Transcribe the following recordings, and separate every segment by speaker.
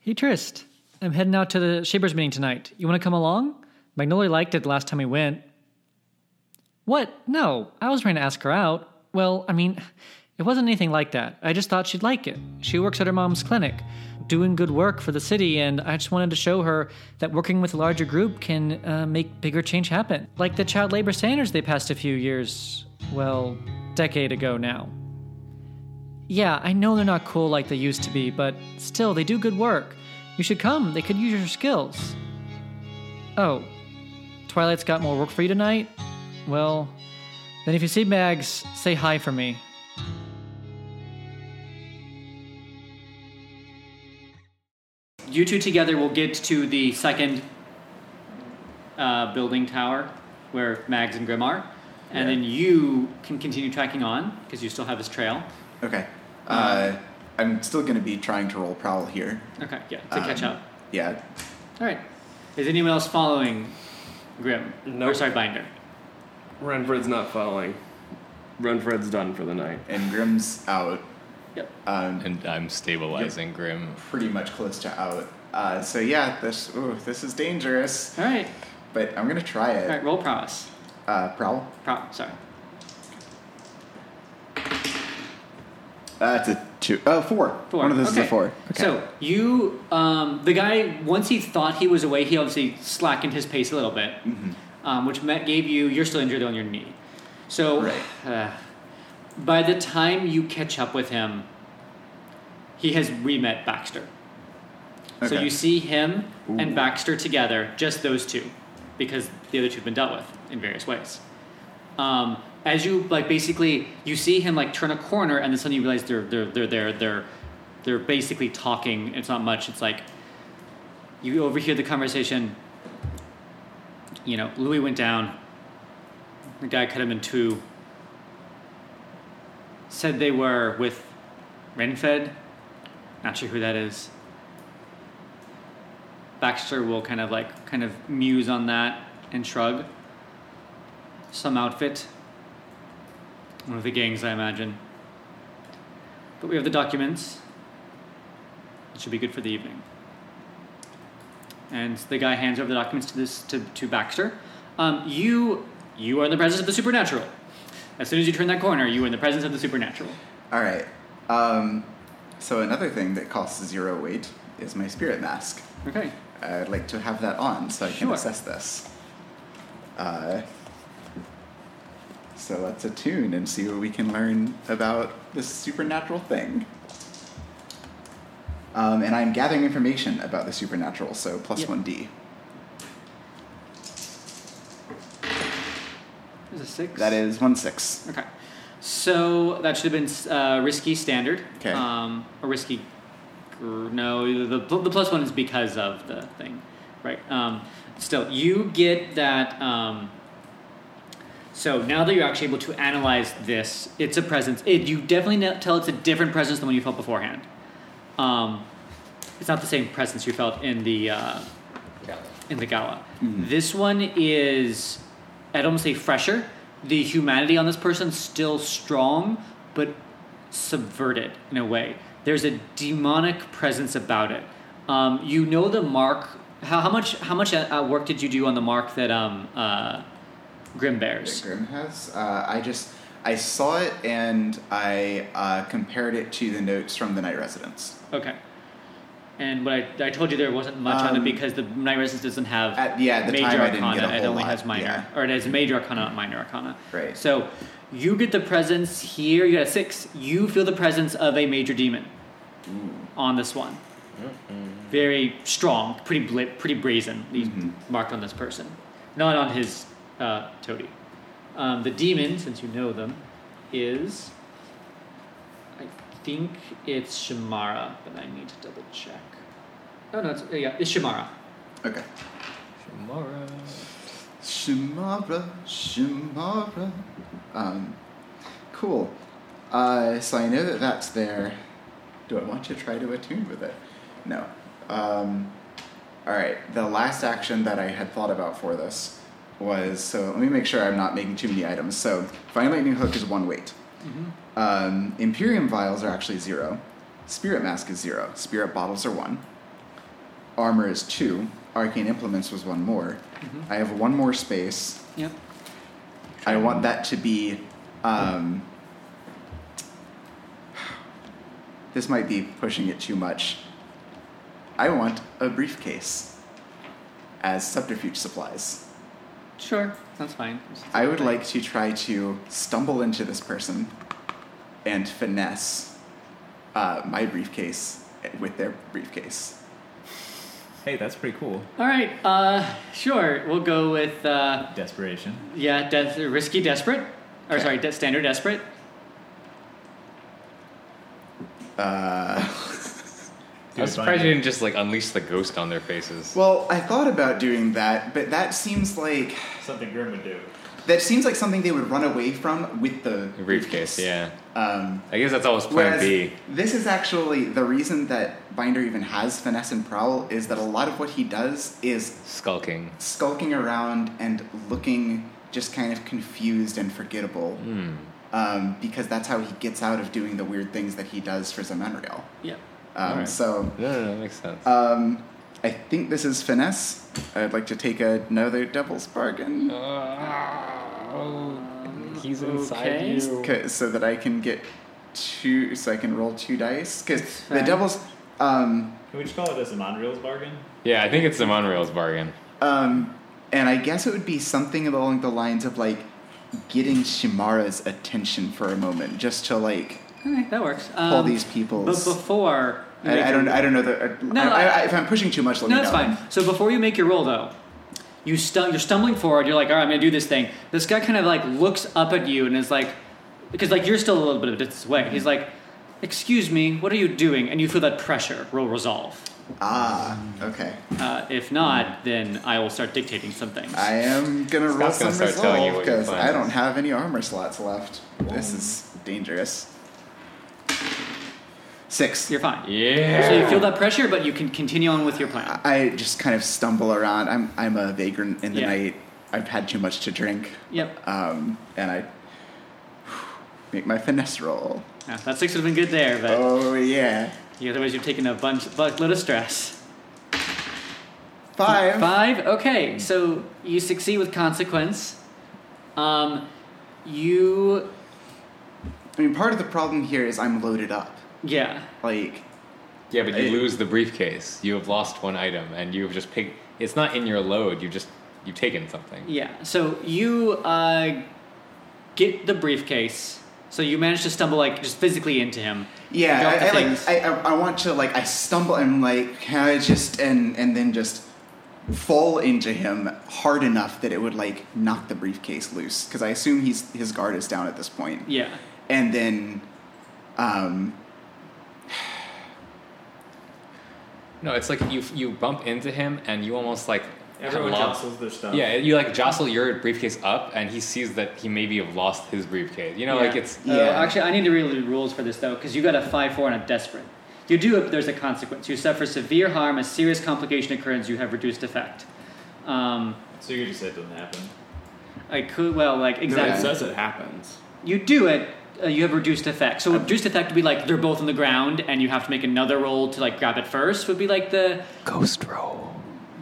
Speaker 1: Hey, Trist. I'm heading out to the Shavers meeting tonight. You want to come along? Magnolia liked it last time we went. What? No, I was trying to ask her out. Well, I mean, it wasn't anything like that. I just thought she'd like it. She works at her mom's clinic, doing good work for the city, and I just wanted to show her that working with a larger group can uh, make bigger change happen. Like the child labor standards they passed a few years, well, decade ago now. Yeah, I know they're not cool like they used to be, but still, they do good work. You should come, they could use your skills. Oh, Twilight's got more work for you tonight? Well, then if you see Mags, say hi for me. You two together will get to the second uh, building tower where Mags and Grim are, and then you can continue tracking on because you still have his trail.
Speaker 2: Okay. Uh, I'm still going to be trying to roll prowl here.
Speaker 1: Okay, yeah, to catch
Speaker 2: Um,
Speaker 1: up.
Speaker 2: Yeah.
Speaker 1: All right. Is anyone else following Grim? Or
Speaker 3: Nope.
Speaker 1: sorry, Binder.
Speaker 3: Renfred's not following. Renfred's done for the night.
Speaker 2: And Grim's out.
Speaker 1: Yep.
Speaker 2: Um,
Speaker 4: And I'm stabilizing Grim.
Speaker 2: pretty much close to out. Uh, so yeah, this ooh, this is dangerous,
Speaker 1: All right.
Speaker 2: but I'm gonna try
Speaker 1: All right.
Speaker 2: it.
Speaker 1: Roll prowess.
Speaker 2: Uh, prowl.
Speaker 1: Pro- sorry.
Speaker 2: That's a two. Oh, four.
Speaker 1: Four.
Speaker 2: One of those
Speaker 1: okay.
Speaker 2: is a four. Okay.
Speaker 1: So you, um, the guy, once he thought he was away, he obviously slackened his pace a little bit,
Speaker 2: Mm-hmm.
Speaker 1: um, which meant gave you. You're still injured on your knee. So
Speaker 2: Right.
Speaker 1: uh, by the time you catch up with him, he has re-met Baxter. So
Speaker 2: Okay.
Speaker 1: you see him and
Speaker 2: Ooh.
Speaker 1: Baxter together, just those two, because the other two have been dealt with in various ways. Um, as you like, basically, you see him like turn a corner, and then suddenly you realize they're they're they're they're they're, they're basically talking. It's not much. It's like you overhear the conversation. You know, Louis went down. The guy cut him in two. Said they were with Renfed. Not sure who that is. Baxter will kind of like kind of muse on that and shrug. Some outfit. One of the gangs, I imagine. But we have the documents. It should be good for the evening. And the guy hands over the documents to this to, to Baxter. Um, you you are in the presence of the supernatural. As soon as you turn that corner, you are in the presence of the supernatural.
Speaker 2: All right. Um, so another thing that costs zero weight is my spirit mask.
Speaker 1: Okay.
Speaker 2: I'd like to have that on so I can
Speaker 1: Sure.
Speaker 2: assess this. Uh, so let's attune and see what we can learn about this supernatural thing. Um, and I'm gathering information about the supernatural, so plus
Speaker 1: Yep.
Speaker 2: one D.
Speaker 1: There's a six.
Speaker 2: That is one six.
Speaker 1: Okay. So that should have been uh, risky standard.
Speaker 2: 'Kay.
Speaker 1: Um, or risky. gr- No, the, the plus one is because of the thing, right? Um, still, you get that. Um, so now that you're actually able to analyze this, it's a presence. It, you definitely know- tell it's a different presence than when you felt beforehand. Um, it's not the same presence you felt in the uh, in the gala. This one is, I'd almost say fresher. The humanity on this person's still strong, but subverted in a way. There's a demonic presence about it. Um, you know the mark. How, how much? How much uh, uh, work did you do on the mark that um, uh, Grim bears?
Speaker 2: That Grim has. Uh, I just I saw it and I uh, compared it to the notes from the night residence.
Speaker 1: Okay. And what I, I told you there wasn't much on it
Speaker 2: Um,
Speaker 1: because the Night Resistance doesn't have
Speaker 2: at- yeah, at the
Speaker 1: major
Speaker 2: time I didn't
Speaker 1: arcana.
Speaker 2: get a
Speaker 1: it
Speaker 2: whole
Speaker 1: only
Speaker 2: lot,
Speaker 1: has minor,
Speaker 2: yeah.
Speaker 1: or it has major arcana, not minor arcana.
Speaker 2: Right.
Speaker 1: So you get the presence here. You got a six. You feel the presence of a major demon on this one. Very strong, pretty bla- pretty brazen. He's
Speaker 2: Mm-hmm.
Speaker 1: marked on this person, not on his uh, toady. Um, the demon, since you know them, is. I think it's Shamara, but I need to double check. Oh no, it's, uh, yeah, it's Shamara.
Speaker 2: Okay.
Speaker 4: Tomorrow.
Speaker 2: Shimara, Shimara. Um, cool. Uh, so I know that that's there. Do I want to try to attune with it? No. Um, all right. The last action that I had thought about for this was so let me make sure I'm not making too many items. So fine lightning hook is one weight. Um, Imperium vials are actually zero. Spirit mask is zero. Spirit bottles are one. armor is two. Arcane implements was one more. I have one more space.
Speaker 1: Yep.
Speaker 2: I want that to be. Um, this might be pushing it too much. I want a briefcase as subterfuge supplies.
Speaker 1: Sure. That's fine.
Speaker 2: I would like to try to stumble into this person and finesse uh, my briefcase with their briefcase.
Speaker 4: Hey, that's pretty cool.
Speaker 1: All right. Uh, sure. We'll go with uh,
Speaker 4: Desperation.
Speaker 1: yeah, des- risky desperate, or
Speaker 2: Okay.
Speaker 1: sorry, de- standard desperate.
Speaker 2: Uh,
Speaker 4: Do I'm it surprised by- you didn't just like unleash the ghost on their faces.
Speaker 2: well, I thought about doing that, but that seems like
Speaker 4: Something Grim would do.
Speaker 2: that seems like something they would run away from with the
Speaker 4: Briefcase, yeah.
Speaker 2: Um,
Speaker 4: I guess that's always plan
Speaker 2: whereas
Speaker 4: B.
Speaker 2: this is actually the reason that Binder even has finesse and prowl is that a lot of what he does is
Speaker 4: Skulking.
Speaker 2: skulking around and looking just kind of confused and forgettable.
Speaker 4: Hmm.
Speaker 2: um, because that's how he gets out of doing the weird things that he does for Zemenriel.
Speaker 1: Yeah.
Speaker 2: Um,
Speaker 4: Alright.
Speaker 2: So
Speaker 4: No, no, no, that makes sense.
Speaker 2: um, I think this is finesse. I'd like to take another devil's bargain
Speaker 1: Um,
Speaker 4: he's
Speaker 1: inside okay. you.
Speaker 2: 'Kay, so that I can get two, so I can roll two dice. Because the
Speaker 1: fine.
Speaker 2: devil's, um,
Speaker 5: Can we just call it a Zamandriel's bargain?
Speaker 4: Yeah, I think it's the Monreal's bargain.
Speaker 2: um, and I guess it would be something along the lines of like getting Shimara's attention for a moment, just to like
Speaker 1: Okay, that works. Um,
Speaker 2: pull these
Speaker 1: But
Speaker 2: people's.
Speaker 1: before you
Speaker 2: I,
Speaker 1: make
Speaker 2: I
Speaker 1: your-
Speaker 2: don't. I don't know. The, uh,
Speaker 1: No,
Speaker 2: I, I,
Speaker 1: I-
Speaker 2: if I'm pushing too much, let
Speaker 1: No,
Speaker 2: me
Speaker 1: that's
Speaker 2: know.
Speaker 1: fine. So before you make your roll, though, you stu- you're stumbling forward. You're like, all right, I'm gonna do this thing. This guy kind of like looks up at you and is like, because like you're still a little bit of a distance away. He's like, excuse me, what are you doing? And you feel that pressure. Roll resolve.
Speaker 2: Ah, okay.
Speaker 1: Uh, if not, then I will start dictating something.
Speaker 2: I am gonna roll
Speaker 4: Scott's gonna
Speaker 2: some
Speaker 4: start telling you
Speaker 2: resolve
Speaker 4: what your
Speaker 2: because
Speaker 4: plan
Speaker 2: I
Speaker 4: is.
Speaker 2: don't have any armor slots left. This is dangerous. Six.
Speaker 1: You're fine.
Speaker 4: Yeah.
Speaker 1: So you feel that pressure, but you can continue on with your plan.
Speaker 2: I just kind of stumble around. I'm I'm a vagrant in the
Speaker 1: Yeah.
Speaker 2: night. I've had too much to drink,
Speaker 1: Yep.
Speaker 2: um, and I make my finesse roll.
Speaker 1: Yeah, that six would have been good there, but
Speaker 2: Oh yeah,
Speaker 1: yeah, otherwise you've taken a bunch, bunch load of stress.
Speaker 2: five.
Speaker 1: Five. Okay, so you succeed with consequence. Um, you
Speaker 2: I mean, part of the problem here is I'm loaded up.
Speaker 1: yeah.
Speaker 2: Like,
Speaker 4: Yeah, but
Speaker 2: Hey.
Speaker 4: you lose the briefcase. You have lost one item, and you have just picked. It's not in your load. You just you've taken something.
Speaker 1: Yeah. So you uh, get the briefcase. So you manage to stumble like just physically into him.
Speaker 2: Yeah,
Speaker 1: Drop the
Speaker 2: I, I
Speaker 1: things.
Speaker 2: like I, I I want to like I stumble and like can I just and and then just fall into him hard enough that it would like knock the briefcase loose because I assume he's his guard is down at this point.
Speaker 1: Yeah.
Speaker 2: and then um
Speaker 4: No, it's like you you bump into him, and you almost like
Speaker 5: Everyone
Speaker 4: have lost-
Speaker 5: jostles their stuff.
Speaker 4: Yeah, you like jostle your briefcase up, and he sees that he maybe have lost his briefcase. You know, like it's
Speaker 1: Oh,
Speaker 2: Yeah.
Speaker 1: actually, I need to read the rules for this though, because you got a five four and a desperate. You do. There's a consequence. You suffer severe harm, a serious complication occurrence. You have reduced effect. Um,
Speaker 5: So you could just say it doesn't happen.
Speaker 1: I could well like
Speaker 3: No,
Speaker 1: exactly.
Speaker 3: it says it happens.
Speaker 1: You do it. Uh, you have reduced effect. So reduced effect would be like they're both on the ground, and you have to make another roll to like grab it first. Would be like the
Speaker 4: ghost roll.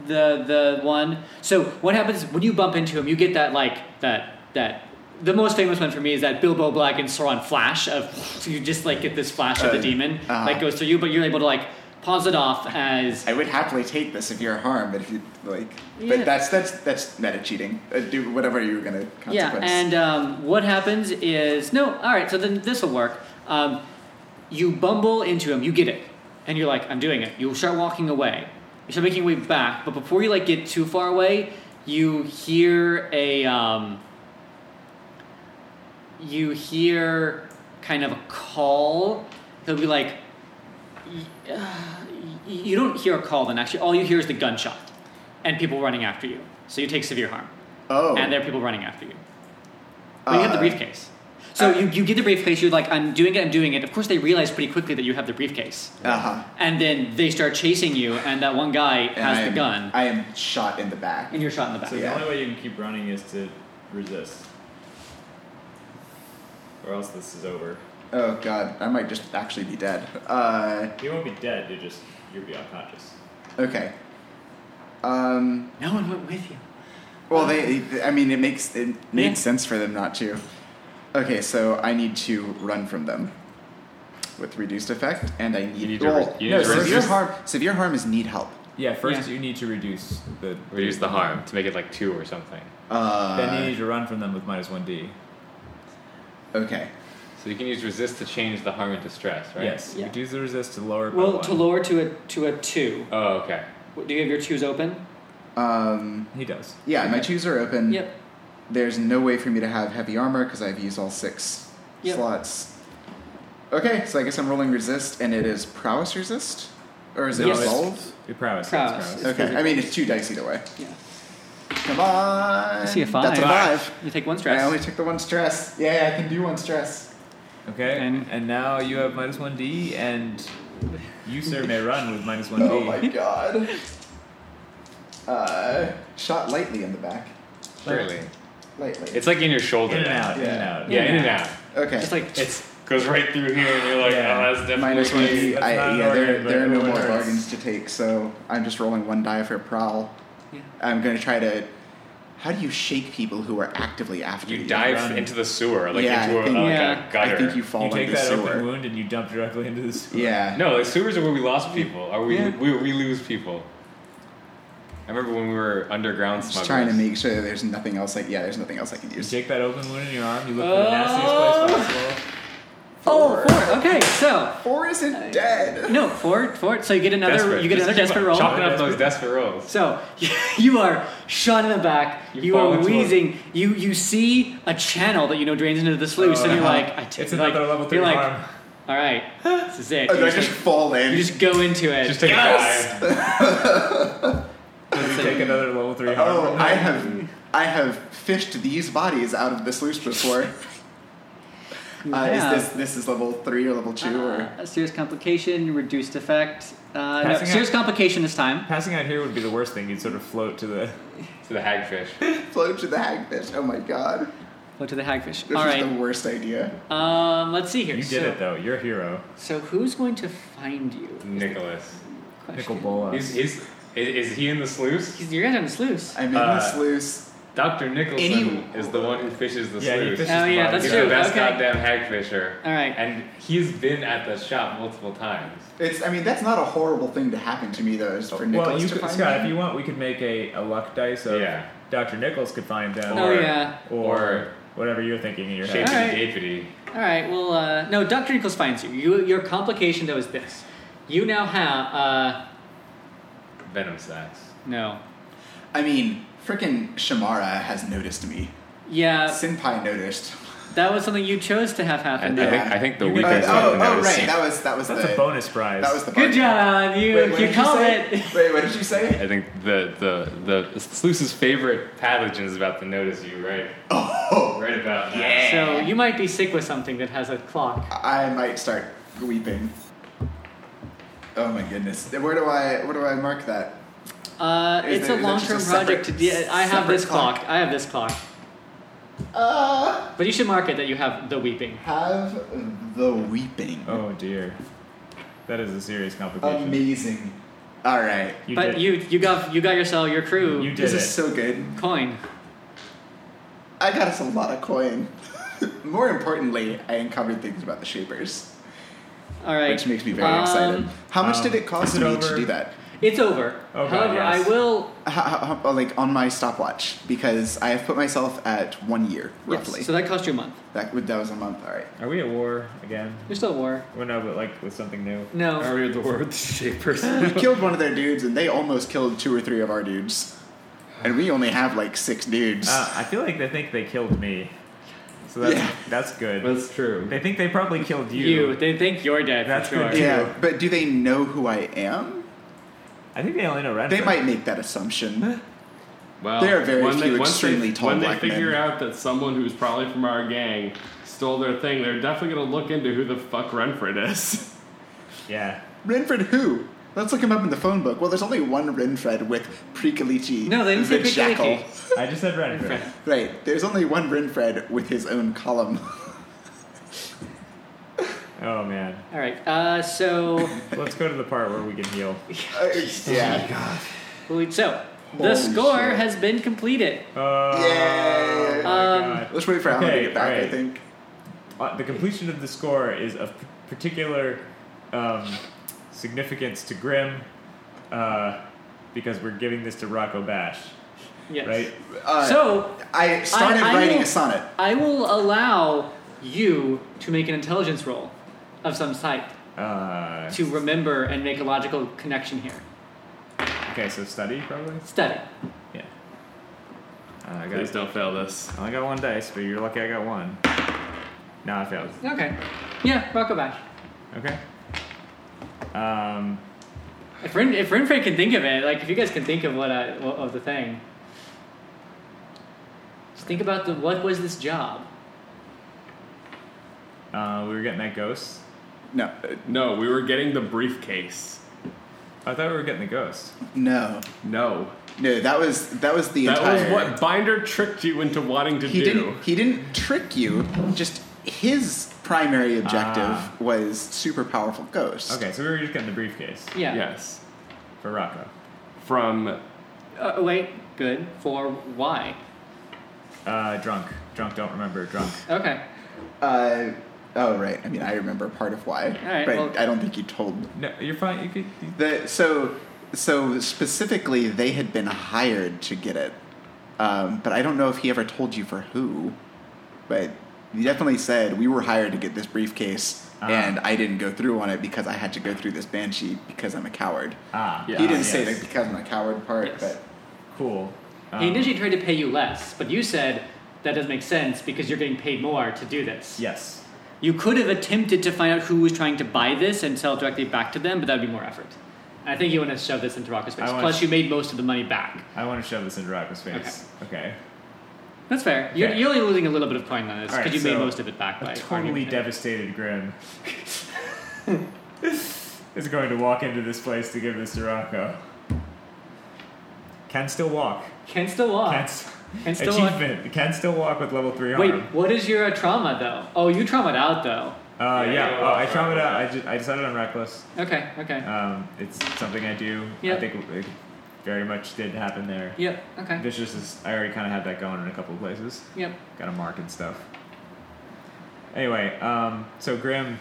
Speaker 1: the the one. So what happens when you bump into him? You get that like that that. The most famous one for me is that Bilbo Black and Sauron flash of so you just like get this flash of the
Speaker 2: Uh,
Speaker 1: demon
Speaker 2: uh-huh.
Speaker 1: that goes through you, but you're able to like pause it off as
Speaker 2: I would happily take this if you're harmed, but if you like,
Speaker 1: Yeah.
Speaker 2: but that's that's that's meta cheating. Uh, do whatever you're gonna consequence.
Speaker 1: Yeah, and um, what happens is no. All right, so then this will work. Um, you bumble into him. You get it, and you're like, "I'm doing it." You start walking away. You start making your way back, but before you like get too far away, you hear a um, you hear kind of a call. He'll be like, y- uh, y- "You don't hear a call." Then actually, all you hear is the gunshot, and people running after you. So you take severe harm
Speaker 2: oh,
Speaker 1: and there are people running after you. But you have the
Speaker 2: Uh,
Speaker 1: briefcase. So
Speaker 2: uh,
Speaker 1: you, you get the briefcase, you're like, I'm doing it, I'm doing it. Of course, they realize pretty quickly that you have the briefcase.
Speaker 2: uh-huh.
Speaker 1: And then they start chasing you, and that one guy
Speaker 2: And
Speaker 1: has
Speaker 2: I
Speaker 1: the
Speaker 2: am-
Speaker 1: gun,
Speaker 2: I am shot in the back.
Speaker 1: and you're shot in the back.
Speaker 5: So
Speaker 2: Yeah.
Speaker 5: the only way you can keep running is to resist. Or else this is over.
Speaker 2: Oh god, I might just actually be dead. Uh,
Speaker 5: You won't be dead, you're just you'll be unconscious.
Speaker 2: okay. Um,
Speaker 4: No one went with you.
Speaker 2: Well, they. I mean, it makes it made sense for them not to. Okay, so I need to run from them with reduced effect, and I need.
Speaker 4: need to
Speaker 2: well,
Speaker 4: re- you
Speaker 2: no,
Speaker 4: need to
Speaker 2: severe
Speaker 4: resist.
Speaker 2: harm. Severe harm is need help.
Speaker 5: Yeah, first
Speaker 6: Yeah.
Speaker 5: you need to reduce the.
Speaker 4: Reduce the harm to make it like two or something.
Speaker 2: Uh,
Speaker 5: Then you need to run from them with minus one D.
Speaker 2: okay.
Speaker 4: So you can use resist to change the harm into stress, right?
Speaker 5: Yes.
Speaker 1: Yeah.
Speaker 5: Reduce the resist to lower. it by
Speaker 1: Well,
Speaker 5: one.
Speaker 1: to lower to a to a two.
Speaker 4: Oh, okay.
Speaker 1: Do you have your twos open?
Speaker 2: Um,
Speaker 5: He does.
Speaker 2: yeah, my twos are open.
Speaker 1: Yep.
Speaker 2: There's no way for me to have heavy armor because I've used all six
Speaker 1: Yep.
Speaker 2: slots. Okay, so I guess I'm rolling resist, and it is prowess resist, or is it
Speaker 1: Yes.
Speaker 2: resolve?
Speaker 5: Your prowess.
Speaker 1: Prowess.
Speaker 5: it's
Speaker 1: It's
Speaker 5: prowess.
Speaker 2: Okay, I mean it's two dice either way.
Speaker 1: Yeah.
Speaker 2: Come on.
Speaker 6: I see a five.
Speaker 2: That's a
Speaker 6: Five.
Speaker 2: five.
Speaker 1: You take one stress.
Speaker 2: I only took the one stress. Yeah, I can do one stress.
Speaker 5: Okay.
Speaker 6: And-
Speaker 5: And, now you have minus one D, and you sir may run with minus one D.
Speaker 2: Oh my god. Uh, shot lightly in the back.
Speaker 4: Surely.
Speaker 2: Lightly.
Speaker 4: It's like in your shoulder.
Speaker 5: in and
Speaker 4: now.
Speaker 5: out. In and
Speaker 2: Yeah.
Speaker 5: out.
Speaker 4: Yeah,
Speaker 1: In
Speaker 4: in,
Speaker 1: and
Speaker 4: and out.
Speaker 2: okay.
Speaker 1: It's like
Speaker 4: It's goes right through here, and you're like,
Speaker 5: Yeah.
Speaker 4: oh, that's definitely
Speaker 2: minus one.
Speaker 4: me."
Speaker 2: D.
Speaker 5: That's
Speaker 2: I,
Speaker 5: not an
Speaker 2: yeah, there,
Speaker 5: organ,
Speaker 2: there are
Speaker 5: but
Speaker 2: no
Speaker 5: it
Speaker 2: more
Speaker 5: hurts.
Speaker 2: bargains to take, so I'm just rolling one die for prowl.
Speaker 1: Yeah.
Speaker 2: I'm gonna try to. How do you shake people who are actively after you?
Speaker 4: You dive
Speaker 5: run.
Speaker 4: into the sewer, like
Speaker 2: Yeah, I
Speaker 4: into a,
Speaker 2: think-
Speaker 4: like
Speaker 1: Yeah.
Speaker 4: a gutter.
Speaker 2: I think you fall
Speaker 5: You take
Speaker 2: into
Speaker 5: that open
Speaker 2: sewer.
Speaker 5: wound and you dump directly into the sewer.
Speaker 2: Yeah.
Speaker 4: No, like sewers are where we lost people. Or we,
Speaker 1: Yeah.
Speaker 4: we, we lose people. I remember when we were underground smugglers.
Speaker 2: Just trying to make sure that there's nothing else. Like yeah, there's nothing else I can
Speaker 5: You
Speaker 2: use.
Speaker 5: take that open wound in your arm. You look for
Speaker 1: Oh.
Speaker 5: the nastiest place possible.
Speaker 1: oh four. Okay, so
Speaker 2: Four isn't dead.
Speaker 1: no four four. So you get another
Speaker 4: Desperate.
Speaker 1: you get
Speaker 4: Just
Speaker 1: another
Speaker 4: keep
Speaker 1: desperate roll.
Speaker 4: Chalking up those desperate rolls.
Speaker 1: So you are shot in the back. You,
Speaker 4: You
Speaker 1: are
Speaker 4: fall into a-
Speaker 1: wheezing. You you see a channel that you know drains into the sluice, and you're like, I take
Speaker 5: It's
Speaker 1: you're like,
Speaker 5: another level three
Speaker 1: You're like,
Speaker 5: harm.
Speaker 1: all right, this is it.
Speaker 2: Oh,
Speaker 1: You
Speaker 2: do I
Speaker 1: just,
Speaker 2: just fall in.
Speaker 1: you just go into it.
Speaker 4: Just take
Speaker 1: yes!
Speaker 4: a dive.
Speaker 5: Does he take another level three harm?
Speaker 2: Oh, I have, I have fished these bodies out of the sluice before. Uh,
Speaker 1: Yeah.
Speaker 2: Is this this is level three or level two
Speaker 5: Uh-huh.
Speaker 2: or?
Speaker 1: Uh, serious complication, reduced effect. Uh, no,
Speaker 5: Passing
Speaker 1: serious
Speaker 5: out.
Speaker 1: complication this time.
Speaker 5: Passing out here would be the worst thing. You'd sort of float to the.
Speaker 4: To the hagfish.
Speaker 2: Float to the hagfish. Oh my god,
Speaker 1: Go to the hagfish.
Speaker 2: this
Speaker 1: All
Speaker 2: is
Speaker 1: right.
Speaker 2: the worst idea.
Speaker 1: Um, let's see here.
Speaker 5: You did
Speaker 1: so,
Speaker 5: it though. You're a hero.
Speaker 1: So who's going to find you?
Speaker 4: Nicholas.
Speaker 1: Question.
Speaker 5: Pickle bola.
Speaker 4: He's, he's, is, is he in the sluice?
Speaker 1: He's- You guys are in the sluice.
Speaker 2: I'm in
Speaker 4: Uh,
Speaker 2: the sluice.
Speaker 4: Dr. Nicholson
Speaker 2: Any-
Speaker 4: is the one who fishes the
Speaker 5: Yeah, he
Speaker 4: sluice.
Speaker 5: fishes
Speaker 1: Oh yeah,
Speaker 5: bodies.
Speaker 1: that's
Speaker 4: He's
Speaker 1: true.
Speaker 4: the best
Speaker 1: okay.
Speaker 4: goddamn hagfisher.
Speaker 1: All right.
Speaker 4: And he's been at the shop multiple times.
Speaker 2: It's. I mean, that's not a horrible thing to happen to me though. Is for Nicholas
Speaker 5: Well, you
Speaker 2: to
Speaker 5: could,
Speaker 2: find
Speaker 5: Scott,
Speaker 2: me.
Speaker 5: if you want, we could make a, a luck dice of
Speaker 4: Yeah.
Speaker 5: Dr. Nichols could find them.
Speaker 1: Oh,
Speaker 5: or,
Speaker 1: yeah.
Speaker 5: Or,
Speaker 4: Or-
Speaker 5: whatever you're thinking in your
Speaker 4: Shaping
Speaker 5: head.
Speaker 1: All right.
Speaker 4: Gapity.
Speaker 1: All right. Well, uh, no. Doctor Nichols finds you. you. Your complication though is this: you now have uh,
Speaker 4: Venom sacks.
Speaker 1: no.
Speaker 2: I mean, frickin' Shamara has noticed me.
Speaker 1: Yeah,
Speaker 2: Senpai noticed.
Speaker 1: that was something you chose to have happen.
Speaker 2: I
Speaker 1: though.
Speaker 2: think- I
Speaker 4: think the
Speaker 2: Uh, oh, oh, right. That was that was
Speaker 5: That's
Speaker 2: the
Speaker 5: a bonus prize.
Speaker 2: that was the
Speaker 1: Good
Speaker 2: bonus.
Speaker 1: job, you.
Speaker 2: Wait, what
Speaker 1: you
Speaker 2: did
Speaker 1: called
Speaker 2: say?
Speaker 1: it.
Speaker 2: Wait, what did you say?
Speaker 4: I think the, the, the sluice's favorite pathogen is about to notice you, right?
Speaker 2: Oh,
Speaker 4: Right about now.
Speaker 1: So you might be sick with something that has a clock.
Speaker 2: I might start weeping. Oh my goodness! Where do I where do I mark that?
Speaker 1: Uh,
Speaker 2: Is
Speaker 1: it's a
Speaker 2: it- is it just a
Speaker 1: long-term
Speaker 2: separate-
Speaker 1: project. To de- I have
Speaker 2: separate
Speaker 1: this clock.
Speaker 2: clock?
Speaker 1: I have this clock.
Speaker 2: Uh,
Speaker 1: But you should mark it that you have the weeping.
Speaker 2: have the weeping.
Speaker 5: Oh dear. That is a serious complication.
Speaker 2: Amazing! All right,
Speaker 5: You
Speaker 1: but
Speaker 5: did.
Speaker 1: you you got you got yourself your crew
Speaker 5: You did
Speaker 2: this
Speaker 5: it.
Speaker 2: is so good.
Speaker 1: coin.
Speaker 2: I got us a lot of coin. More importantly, I uncovered things about the shapers,
Speaker 1: All right.
Speaker 2: which makes me very
Speaker 1: Um,
Speaker 2: excited. How much
Speaker 5: um,
Speaker 2: did it cost
Speaker 5: is it
Speaker 2: me to
Speaker 5: over?
Speaker 2: do that?
Speaker 1: It's over.
Speaker 5: Oh, God,
Speaker 1: However,
Speaker 5: yes.
Speaker 1: I will
Speaker 2: How, how, how- like on my stopwatch because I have put myself at one year
Speaker 1: Yes,
Speaker 2: roughly.
Speaker 1: So that cost you a month.
Speaker 2: that that was a month. All right.
Speaker 5: Are we at war again?
Speaker 1: You're still at war.
Speaker 5: Well, no, but like with something new.
Speaker 1: No.
Speaker 7: we at the war with the shapers?
Speaker 2: We killed one of their dudes, and they almost killed two or three of our dudes. And we only have like six dudes.
Speaker 5: Uh, I feel like they think they killed me. So that's,
Speaker 2: Yeah.
Speaker 5: that's good.
Speaker 7: That's true.
Speaker 5: they think they probably killed you.
Speaker 1: You. They think you're dead
Speaker 5: That's
Speaker 1: for sure.
Speaker 5: good.
Speaker 2: yeah, but do they know who I am?
Speaker 5: I think they only know Renfro.
Speaker 2: They might make that assumption.
Speaker 7: Well,
Speaker 2: There are very
Speaker 7: when
Speaker 2: few
Speaker 7: they, once
Speaker 2: extremely
Speaker 7: they,
Speaker 2: tall
Speaker 7: When
Speaker 2: black
Speaker 7: they figure
Speaker 2: men.
Speaker 7: out that someone who's probably from our gang stole their thing, they're definitely going to look into who the fuck Renfred is.
Speaker 5: Yeah.
Speaker 2: Renfred who? Let's look him up in the phone book. Well, there's only one Renfred with Precalici.
Speaker 1: No, they didn't say
Speaker 2: the jackal.
Speaker 1: Precalici.
Speaker 5: I just said Renfro.
Speaker 2: Right, there's only one Renfred with his own column.
Speaker 5: Oh man.
Speaker 1: All right. Uh, so
Speaker 5: Let's go to the part where we can heal.
Speaker 2: Uh, yeah.
Speaker 1: So,
Speaker 2: Holy
Speaker 1: the score
Speaker 2: shit.
Speaker 1: has been completed.
Speaker 5: Uh,
Speaker 2: Yay.
Speaker 1: Um,
Speaker 5: my
Speaker 2: Let's wait for Alan
Speaker 5: Okay,
Speaker 2: to get back, I
Speaker 5: alright.
Speaker 2: think.
Speaker 5: God. Uh, The completion of the score is of p- particular um, significance to Grimm uh, because we're giving this to Rocco Bash,
Speaker 1: Yes.
Speaker 5: right?
Speaker 2: Uh,
Speaker 1: So,
Speaker 2: I started
Speaker 1: I- I
Speaker 2: writing
Speaker 1: will-
Speaker 2: a sonnet.
Speaker 1: I will allow you to make an intelligence roll of some type
Speaker 5: Uh,
Speaker 1: to remember and make a logical connection here.
Speaker 5: okay, so study probably.
Speaker 1: Study.
Speaker 5: Yeah. Uh, I
Speaker 7: Please
Speaker 5: got.
Speaker 7: don't fail this.
Speaker 5: I only got one dice, but you're lucky I got one. No, I failed.
Speaker 1: Okay. Yeah, Rocco Bash.
Speaker 5: Okay. Um,
Speaker 1: If, Rin, if Renfrey can think of it, like if you guys can think of what, I, what of the thing, just think about the what was this job?
Speaker 5: uh, we were getting that ghost.
Speaker 2: No. uh,
Speaker 7: No, we were getting the briefcase.
Speaker 5: I thought we were getting the ghost.
Speaker 2: No.
Speaker 7: No.
Speaker 2: No, that was that was the
Speaker 7: That
Speaker 2: entire
Speaker 7: was what Binder tricked you into wanting to
Speaker 2: he
Speaker 7: do.
Speaker 2: didn't he didn't trick you, just his primary objective
Speaker 5: Ah.
Speaker 2: was super powerful ghosts.
Speaker 5: Okay, so we were just getting the briefcase
Speaker 1: Yeah.
Speaker 7: Yes.
Speaker 5: for Rocco.
Speaker 7: From
Speaker 1: Uh, wait. Good. For why?
Speaker 5: Uh, drunk. Drunk, don't remember. Drunk.
Speaker 1: Okay.
Speaker 2: Uh oh right. I mean I remember part of why.
Speaker 1: Alright,
Speaker 2: but
Speaker 1: well-
Speaker 2: I don't think you told
Speaker 5: No, you're fine. You could. You,
Speaker 2: The, so, so specifically, they had been hired to get it, um, but I don't know if he ever told you for who. But he definitely said we were hired to get this briefcase,
Speaker 5: Ah.
Speaker 2: and I didn't go through on it because I had to go through this banshee because I'm a coward.
Speaker 5: ah,
Speaker 7: Yeah.
Speaker 2: he didn't
Speaker 5: yes.
Speaker 2: say the because I'm a coward part,
Speaker 1: Yes.
Speaker 2: but
Speaker 5: Cool. Um,
Speaker 1: he initially tried to pay you less, but you said that doesn't make sense because you're getting paid more to do this.
Speaker 5: Yes.
Speaker 1: You could have attempted to find out who was trying to buy this and sell it directly back to them, but that would be more effort. I think you want to shove this into Rocco's face.
Speaker 5: I wanna-
Speaker 1: Plus, you made most of the money back.
Speaker 5: I want to shove this into Rocco's face. Okay.
Speaker 1: That's fair. You're,
Speaker 5: Okay.
Speaker 1: you're only losing a little bit of coin on this because
Speaker 5: Alright,
Speaker 1: you made
Speaker 5: so
Speaker 1: most of it back by
Speaker 5: A
Speaker 1: arguing
Speaker 5: totally
Speaker 1: with him.
Speaker 5: devastated Grim is going to walk into this place to give this to Rocco. Can still walk.
Speaker 1: Can still walk.
Speaker 5: Can, s-
Speaker 1: Can still walk.
Speaker 5: achievement. Can still walk with level three
Speaker 1: Wait,
Speaker 5: armor.
Speaker 1: what is your uh, trauma though? Oh, you traumaed out though.
Speaker 5: Uh,
Speaker 7: Yeah,
Speaker 5: yeah.
Speaker 7: yeah,
Speaker 5: Oh, I
Speaker 7: walk,
Speaker 5: traumatized.
Speaker 7: walk.
Speaker 5: I, ju- I decided on reckless.
Speaker 1: Okay, okay.
Speaker 5: Um, it's something I do.
Speaker 1: Yeah.
Speaker 5: I think it very much did happen there.
Speaker 1: yep, okay.
Speaker 5: Vicious is. I already kind of had that going in a couple of places.
Speaker 1: Yep.
Speaker 5: Got a mark and stuff. Anyway, um, so Grim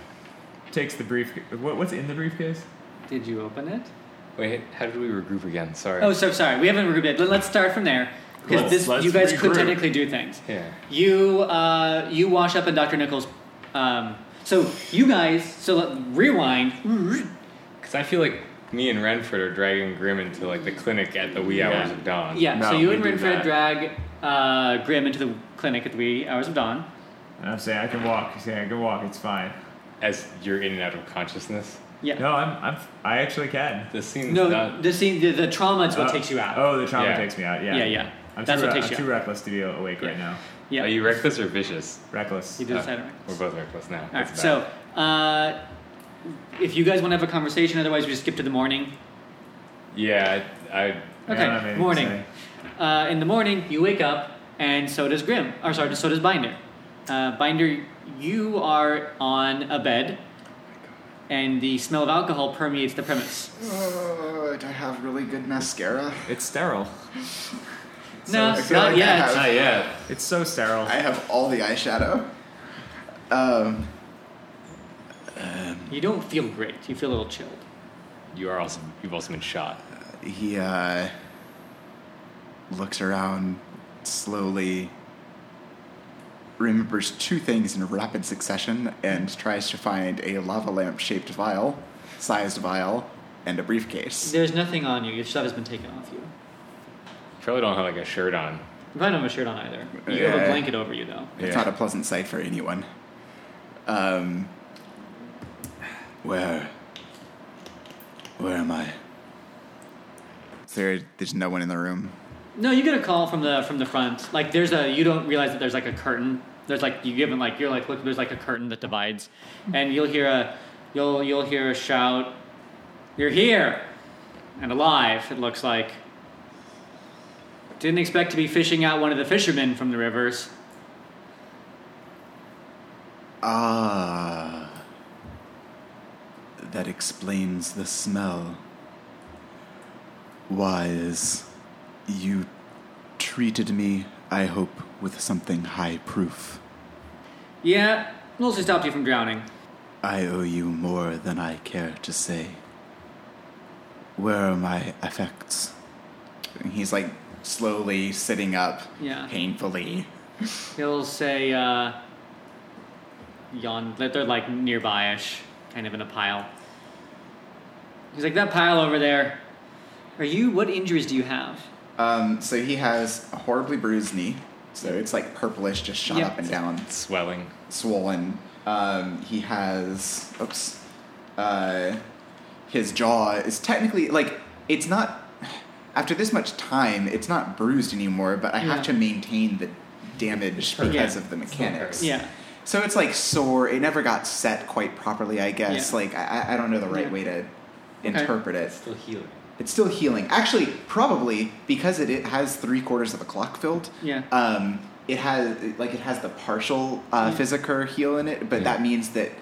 Speaker 5: takes the brief. What, what's in the briefcase?
Speaker 1: Did you open it?
Speaker 4: Wait, how did we regroup again? Sorry.
Speaker 1: Oh, so sorry. We haven't regrouped yet. Let- Let's start from there because
Speaker 7: Cool.
Speaker 1: this
Speaker 7: Let's
Speaker 1: you guys could
Speaker 7: regroup.
Speaker 1: technically do things.
Speaker 4: yeah.
Speaker 1: You uh, you wash up in Dr. Nichols. Um, so you guys, so let, rewind.
Speaker 4: Because I feel like me and Renford are dragging Grim into like the clinic at the wee hours of dawn.
Speaker 1: Yeah. so
Speaker 7: No,
Speaker 1: you
Speaker 7: we
Speaker 1: and
Speaker 7: do that.
Speaker 1: Renfred drag uh, Grim into the clinic at the wee hours of dawn.
Speaker 5: And I'm saying I can walk. He's saying I can walk. It's fine.
Speaker 4: As you're in and out of consciousness.
Speaker 1: Yeah.
Speaker 5: No, I'm. I'm. I actually can.
Speaker 4: This scene's
Speaker 1: No,
Speaker 4: not.
Speaker 1: the scene, the, the trauma is what
Speaker 5: Oh,
Speaker 1: takes you out.
Speaker 5: Oh, the trauma
Speaker 4: Yeah.
Speaker 5: takes me out. Yeah.
Speaker 1: Yeah, yeah.
Speaker 5: I'm
Speaker 1: That's
Speaker 5: too,
Speaker 1: what
Speaker 5: re-
Speaker 1: takes
Speaker 5: I'm
Speaker 1: you
Speaker 5: too
Speaker 1: out.
Speaker 5: reckless to be awake
Speaker 1: Yeah.
Speaker 5: right now.
Speaker 1: yeah.
Speaker 4: Are you reckless or vicious?
Speaker 5: Reckless.
Speaker 1: You did
Speaker 4: Uh,
Speaker 1: decide. alright.
Speaker 4: We're both reckless now.
Speaker 1: All right.
Speaker 4: It's
Speaker 1: So,
Speaker 4: bad.
Speaker 1: uh, if you guys want to have a conversation, otherwise we just skip to the morning.
Speaker 4: Yeah, I. I
Speaker 5: Yeah,
Speaker 1: Okay.
Speaker 5: I don't have anything to
Speaker 1: morning.
Speaker 5: say.
Speaker 1: Uh, in the morning, you wake up, and so does Grim. Or sorry, so does Binder. Uh, Binder, you are on a bed, and the smell of alcohol permeates the premise.
Speaker 2: oh, do I have really good mascara?
Speaker 5: It's sterile.
Speaker 1: no,
Speaker 2: I feel
Speaker 1: not
Speaker 2: like I
Speaker 1: yet.
Speaker 2: have-
Speaker 4: Not yet.
Speaker 5: It's so sterile.
Speaker 2: I have all the eyeshadow. Um,
Speaker 1: You don't feel great. You feel a little chilled.
Speaker 4: You are also. You've also been shot.
Speaker 2: he uh, looks around slowly, remembers two things in rapid succession, and tries to find a lava lamp shaped vial, sized vial, and a briefcase.
Speaker 1: There's nothing on you. Your stuff has been taken off you.
Speaker 4: You probably don't have like a shirt on.
Speaker 1: You probably don't have a shirt on either. You have a
Speaker 2: Yeah.
Speaker 1: blanket over you though.
Speaker 2: It's
Speaker 4: Yeah.
Speaker 2: not a pleasant sight for anyone. Um, where? Where am I? Is there, there's no one in the room.
Speaker 1: No, you get a call from the from the front. Like there's a you don't realize that there's like a curtain. There's like you given like you're like look there's like a curtain that divides, and you'll hear a you'll you'll hear a shout. You're here, and alive. It looks like. Didn't expect to be fishing out one of the fishermen from the rivers.
Speaker 2: Ah. That explains the smell. wise. You treated me, I hope, with something high proof.
Speaker 1: Yeah, it also stopped you from drowning.
Speaker 2: I owe you more than I care to say. Where are my effects? And he's like slowly sitting up,
Speaker 1: Yeah.
Speaker 2: painfully.
Speaker 1: He'll say, uh, yawn. That they're like nearby ish, kind of in a pile. He's like, that pile over there. Are you, what injuries do you have?
Speaker 2: Um, so he has a horribly bruised knee, so it's like purplish, just shot
Speaker 1: Yeah.
Speaker 2: up and down,
Speaker 4: Swelling.
Speaker 2: swollen. Um, he has, oops, uh, his jaw is technically like it's not. After this much time, it's not bruised anymore, but I
Speaker 1: Yeah.
Speaker 2: have to maintain the damage
Speaker 4: hurt.
Speaker 2: because
Speaker 1: Yeah.
Speaker 2: of the
Speaker 4: still hurt.
Speaker 2: mechanics.
Speaker 1: Yeah.
Speaker 2: So it's like sore. It never got set quite properly, I guess.
Speaker 1: Yeah.
Speaker 2: Like I, I- I don't know the right
Speaker 1: Yeah.
Speaker 2: way to interpret it.
Speaker 4: Still healing.
Speaker 2: It's still healing. Actually, probably because it, it has three quarters of a clock filled.
Speaker 1: Yeah.
Speaker 2: Um, it has like it has the partial uh,
Speaker 1: Yeah.
Speaker 2: physiker heal in it, but
Speaker 4: Mm. Yeah.
Speaker 2: that means that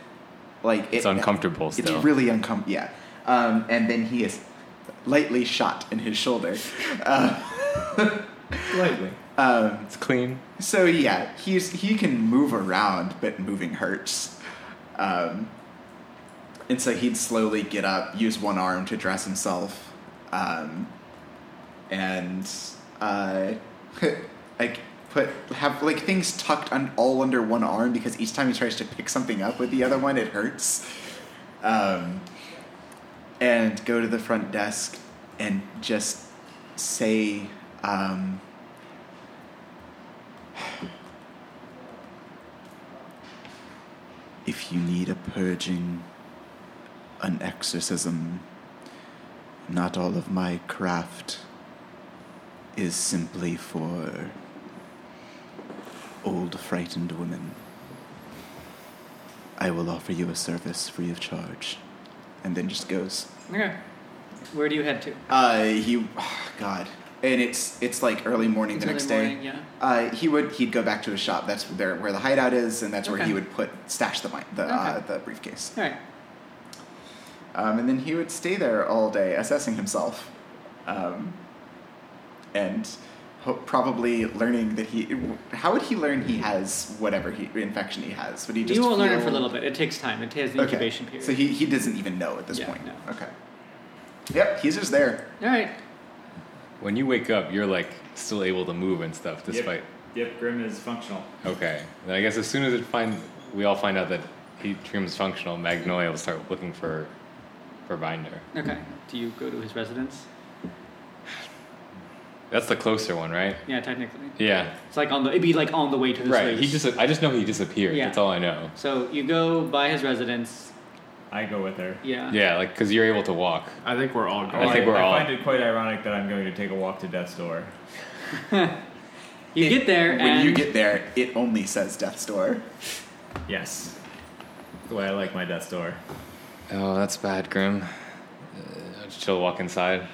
Speaker 2: like it-
Speaker 4: It's uncomfortable
Speaker 2: It's
Speaker 4: still.
Speaker 2: really uncomfortable. Yeah. Um, and then he is lightly shot in his shoulder. Uh,
Speaker 4: Lightly.
Speaker 2: um,
Speaker 4: It's clean.
Speaker 2: so yeah, he's he can move around, but moving hurts. Um, and so he'd slowly get up, use one arm to dress himself, um, and uh, like put have like things tucked un- all under one arm because each time he tries to pick something up with the other one, it hurts. Um, and go to the front desk and just say. Um, If you need a purging, an exorcism, not all of my craft is simply for old frightened women. I will offer you a service free of charge. And then just goes.
Speaker 1: Okay. Where do you head to?
Speaker 2: Uh, he, ah, God, and it's it's like early morning
Speaker 1: It's
Speaker 2: the
Speaker 1: early
Speaker 2: next
Speaker 1: morning,
Speaker 2: day.
Speaker 1: yeah.
Speaker 2: Uh, he would he'd go back to his shop. That's there where the hideout is, and that's where
Speaker 1: Okay.
Speaker 2: he would put stash the mi- the uh,
Speaker 1: Okay.
Speaker 2: the briefcase.
Speaker 1: All right.
Speaker 2: Um, and then he would stay there all day assessing himself. Um, and ho- probably learning that he. How would he learn he has whatever he, infection he has? Would he just.
Speaker 1: You will learn it
Speaker 2: feel-
Speaker 1: for a little bit. It takes time. It has an
Speaker 2: Okay.
Speaker 1: incubation period.
Speaker 2: So he, he doesn't even know at this
Speaker 1: Yeah,
Speaker 2: point.
Speaker 1: no.
Speaker 2: Okay. Yep, he's just there.
Speaker 1: All right.
Speaker 4: When you wake up, you're like still able to move and stuff despite.
Speaker 5: Yep, yep Grim is functional.
Speaker 4: Okay. Then I guess as soon as it find, we all find out that he Trim's functional, Magnolia will start looking for, for Binder.
Speaker 1: Okay. Do you go to his residence?
Speaker 4: That's the closer one, right?
Speaker 1: Yeah, technically.
Speaker 4: Yeah.
Speaker 1: It's like on the. It'd be like on the way to the
Speaker 4: Right.
Speaker 1: sluice.
Speaker 4: He just. I just know he disappeared.
Speaker 1: Yeah.
Speaker 4: That's all I know.
Speaker 1: So you go by his residence.
Speaker 5: I go with her.
Speaker 1: Yeah.
Speaker 4: Yeah, like because you're able to walk.
Speaker 7: I think we're all
Speaker 4: I
Speaker 7: going.
Speaker 4: think we're all-
Speaker 5: find it quite ironic that I'm going to take a walk to Death's Door.
Speaker 1: You
Speaker 2: It-
Speaker 1: get there
Speaker 2: When
Speaker 1: and
Speaker 2: you get there, it only says Death's Door.
Speaker 5: Yes. The way I like my Death's Door.
Speaker 4: Oh, that's bad, Grim. Uh, she'll walk inside.